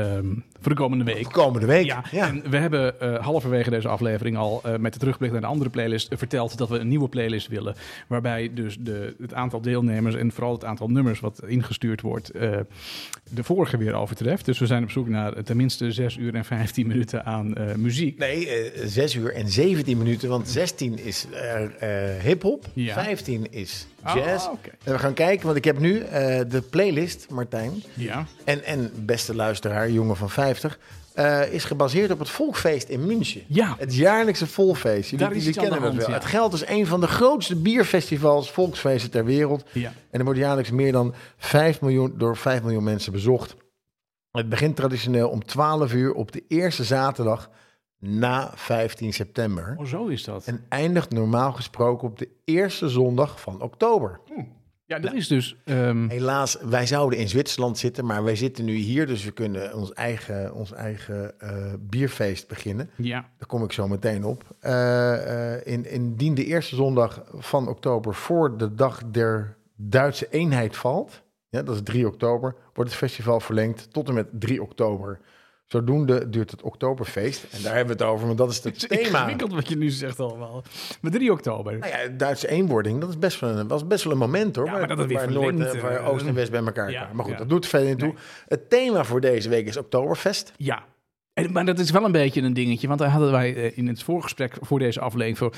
ehm, voor de komende week.
De komende week.
Ja,
Ja,
en we hebben eh, halverwege deze aflevering al eh, met de terugblik naar de andere playlist eh, verteld dat we een nieuwe playlist willen. Waarbij dus de, het aantal deelnemers en vooral het aantal nummers wat ingestuurd wordt, eh, de vorige weer overtreft. Dus we zijn op zoek naar eh, tenminste 6 uur en 15 minuten aan eh, muziek.
Nee, eh, 6 uur en 17 minuten, want 16 is eh eh, hip-hop,
Ja.
15 is jazz.
Ah, oké.
En we gaan kijken, want ik heb nu eh, de playlist, Martijn.
Ja.
En, en beste luisteraar, jongen van 50, eh, is gebaseerd op het volkfeest in München.
Ja.
Het jaarlijkse volkfeest. Jullie,
Daar is
jullie
iets aan
kennen
de
het wel.
hand, ja.
Het geldt als een van de grootste bierfestivals, volksfeesten ter wereld.
Ja.
En er wordt jaarlijks meer dan 5 miljoen, door 5 miljoen mensen bezocht. Het begint traditioneel om 12 uur op de eerste zaterdag na 15 september.
Oh, zo is dat.
En eindigt normaal gesproken op de eerste zondag van oktober.
ja, dat is dus. ehm,
Helaas, wij zouden in Zwitserland zitten, maar wij zitten nu hier. Dus we kunnen ons eigen, ons eigen eh, bierfeest beginnen.
ja.
Daar kom ik zo meteen op. Eh, eh, in, indien de eerste zondag van oktober voor de dag der Duitse eenheid valt, ja, dat is 3 oktober, wordt het festival verlengd tot en met 3 oktober. Zodoende duurt het Oktoberfeest. En daar hebben we het over, want dat is
Het
het
is
thema.
ingewikkeld wat je nu zegt allemaal. Maar 3 oktober.
Nou ja, Duitse eenwording, dat is best wel een, was best wel een moment hoor.
Ja, maar
waar-
dat het weer
waar, Noord,
verlengd,
eh, waar
eh,
Oost en West bij elkaar
ja,
kwamen. Maar goed,
ja.
dat doet verder niet toe. Het thema voor deze week is Oktoberfest.
Ja. En, maar dat is wel een beetje een dingetje. Want daar hadden wij eh, in het voorgesprek voor deze aflevering, voor,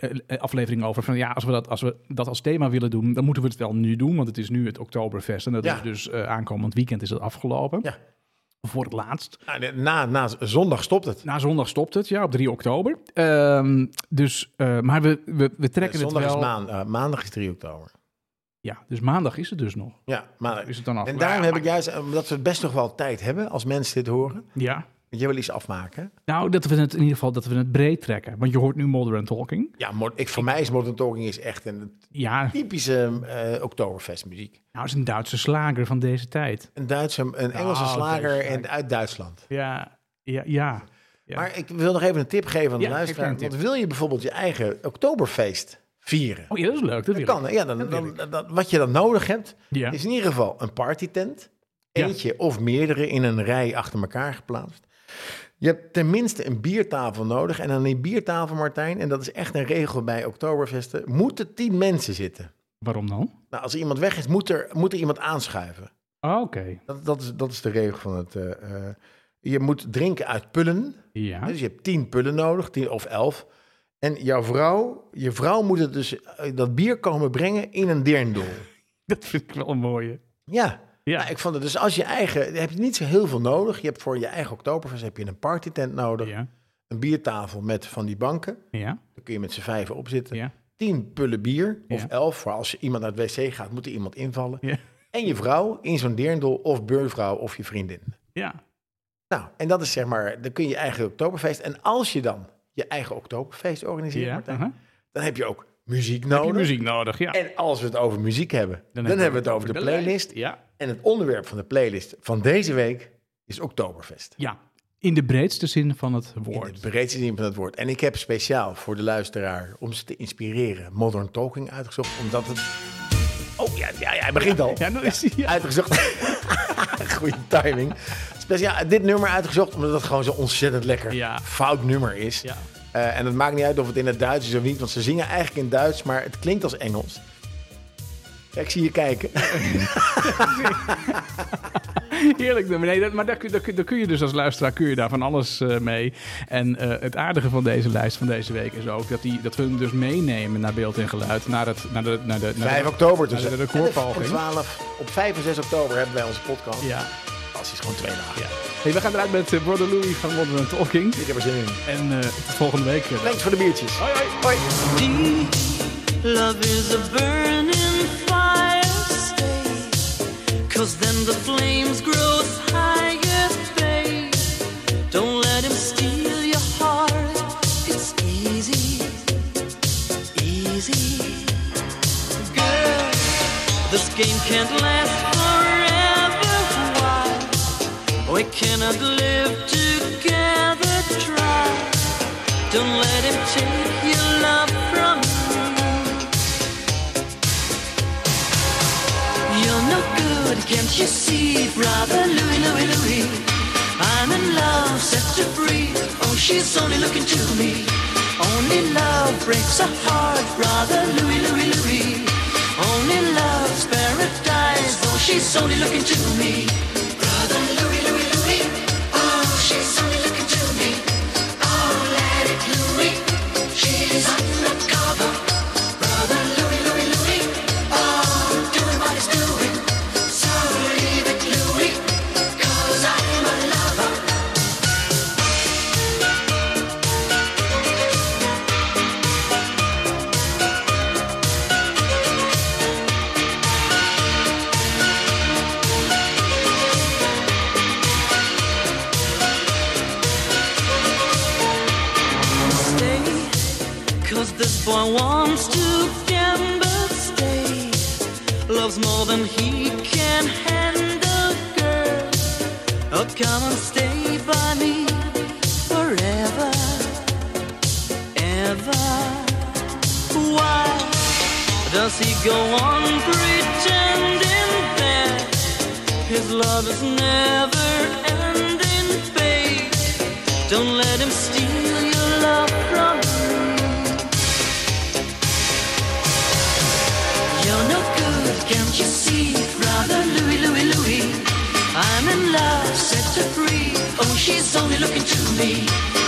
eh, eh, aflevering over. Van ja, als we, dat, als we dat als thema willen doen, dan moeten we het wel nu doen. Want het is nu het Oktoberfest. En dat
Ja.
is dus eh, aankomend weekend is het afgelopen.
Ja.
Voor het laatst.
Nou, Na, na zondag stopt het.
Na zondag stopt het, ja, op 3 oktober. Ehm, dus, eh, maar we, we, we trekken het
Zondag
wel.
is maan, eh, maandag is 3 oktober.
ja, dus maandag is het dus nog.
Ja, maandag.
Is het dan af?
En daarom heb ik
ja.
juist, eh, omdat we best nog wel tijd hebben als mensen dit horen.
ja.
Want jij wil iets afmaken.
Nou, dat we het in ieder geval dat we het breed trekken. Want je hoort nu Modern Talking.
Ja, Mor- ik, voor mij is Modern Talking is echt een
Ja,
typische eh Oktoberfestmuziek.
nou is een Duitse slager van deze tijd.
Een Duitse, een Engelse
Nou,
slager
deze
en, uit Duitsland.
Ja, ja, ja. Ja.
Maar ik wil nog even een tip geven aan de
Ja,
luisteraar.
geef mij een
Want
tip.
wil je bijvoorbeeld je eigen Oktoberfeest vieren?
Oh ja, dat is leuk. Dat, wil
kan,
ik.
hè? ja, dan, dan, dan- wat je dan nodig hebt,
Ja.
is in ieder geval een partytent.
Ja.
Eentje of meerdere in een rij achter elkaar geplaatst. Je hebt tenminste een biertafel nodig. En aan die biertafel, Martijn, en dat is echt een regel bij Oktoberfesten, moeten tien mensen zitten.
Waarom dan?
Nou, als er iemand weg is, moet er, moet er iemand aanschuiven.
Ah, Oké.
Dat, dat, is, dat is de regel van het. eh, eh, je moet drinken uit pullen.
Ja.
Dus je hebt tien pullen nodig, tien of elf. En jouw vrouw, je vrouw moet het dus eh, dat bier komen brengen in een dirndl.
Dat vind ik wel een mooie.
Ja.
Ja.
Nou, ik vond het dus als je eigen, heb je niet zo heel veel nodig. Je hebt voor je eigen Oktoberfest heb je een partytent nodig,
Ja.
een biertafel met van die banken.
Ja.
Daar kun je met z'n vijven op zitten.
Ja.
Tien pullen bier of
Ja.
elf. Voor als je iemand naar het wc gaat, moet er iemand invallen.
Ja.
En je vrouw in zo'n dirndl of buurvrouw of je vriendin.
Ja.
Nou, en dat is zeg maar, dan kun je je eigen Oktoberfeest. En als je dan je eigen Oktoberfeest organiseert,
Ja.
Martijn,
aha.
dan heb je ook muziek
Heb
nodig.
je muziek nodig? Ja.
En als we het over muziek hebben, dan, hebben we het over de, playlist.
Ja.
En het onderwerp van de playlist van deze week is Oktoberfest.
ja. In de breedste zin van het
In
woord.
de breedste zin van het woord. En ik heb speciaal voor de luisteraar, om ze te inspireren, Modern Talking uitgezocht. Omdat het... Oh, ja, ja, nou ja hij begint al.
Ja, dan is hij. ja.
Uitgezocht. Goede timing. Speciaal dit nummer uitgezocht, omdat het gewoon zo ontzettend lekker
Ja.
fout nummer is.
Ja.
Eh, en het maakt niet uit of het in het Duits is of niet, want ze zingen eigenlijk in Duits, maar het klinkt als Engels. Ja, ik zie je kijken.
Heerlijk nummer. Nee, dat, maar daar, kun- daar, kun- daar kun je dus als luisteraar kun je daar van alles eh, mee. En eh, het aardige van deze lijst van deze week is ook dat, die, dat we hem dus meenemen naar beeld en geluid. Naar, het, naar de, naar de, naar
5
de,
oktober dus.
naar de
Op
recordpoging.
12, op 5 en 6 oktober hebben wij onze podcast.
Ja.
Dat is gewoon twee dagen.
ja. Hey, we gaan eruit met eh, Brother Louis van Modern Talking.
Ik heb er zin in.
En eh, tot volgende week. eh.
Thanks voor de biertjes.
Hoi, hoi.
Hoi.
Deep love is a burning fire. Stay, 'cause then the flames grow higher, babe. Don't let him steal your heart. It's easy, easy, girl. This game can't last forever. Why? We cannot live together. Try. Don't let him take your love from you. You're no good, can't you see, brother Louie, Louie, Louie? I'm in love, set her free. Oh, she's only looking to me. Only love breaks a heart, brother Louie, Louie, Louie. Only love's paradise. Oh, she's only looking to me. Brother Louie, Louie, Louie. Oh, she's only looking to me. Oh, let it Louie. She's undercover. Brother Louie, Louie, Louie. Oh, doing what he's doing. So leave it, Louie. Cause I'm a lover. stay Cause this boy wants to gamble stay Loves more than he can handle girl Oh come and stay by me forever Ever Why does he go on pretending that His love is never ending babe don't let him steal your love from you. You're no good, can't you see, brother Louie, Louie, Louie? I'm in love, set her free. Oh, she's only looking to me. Oh, Oh,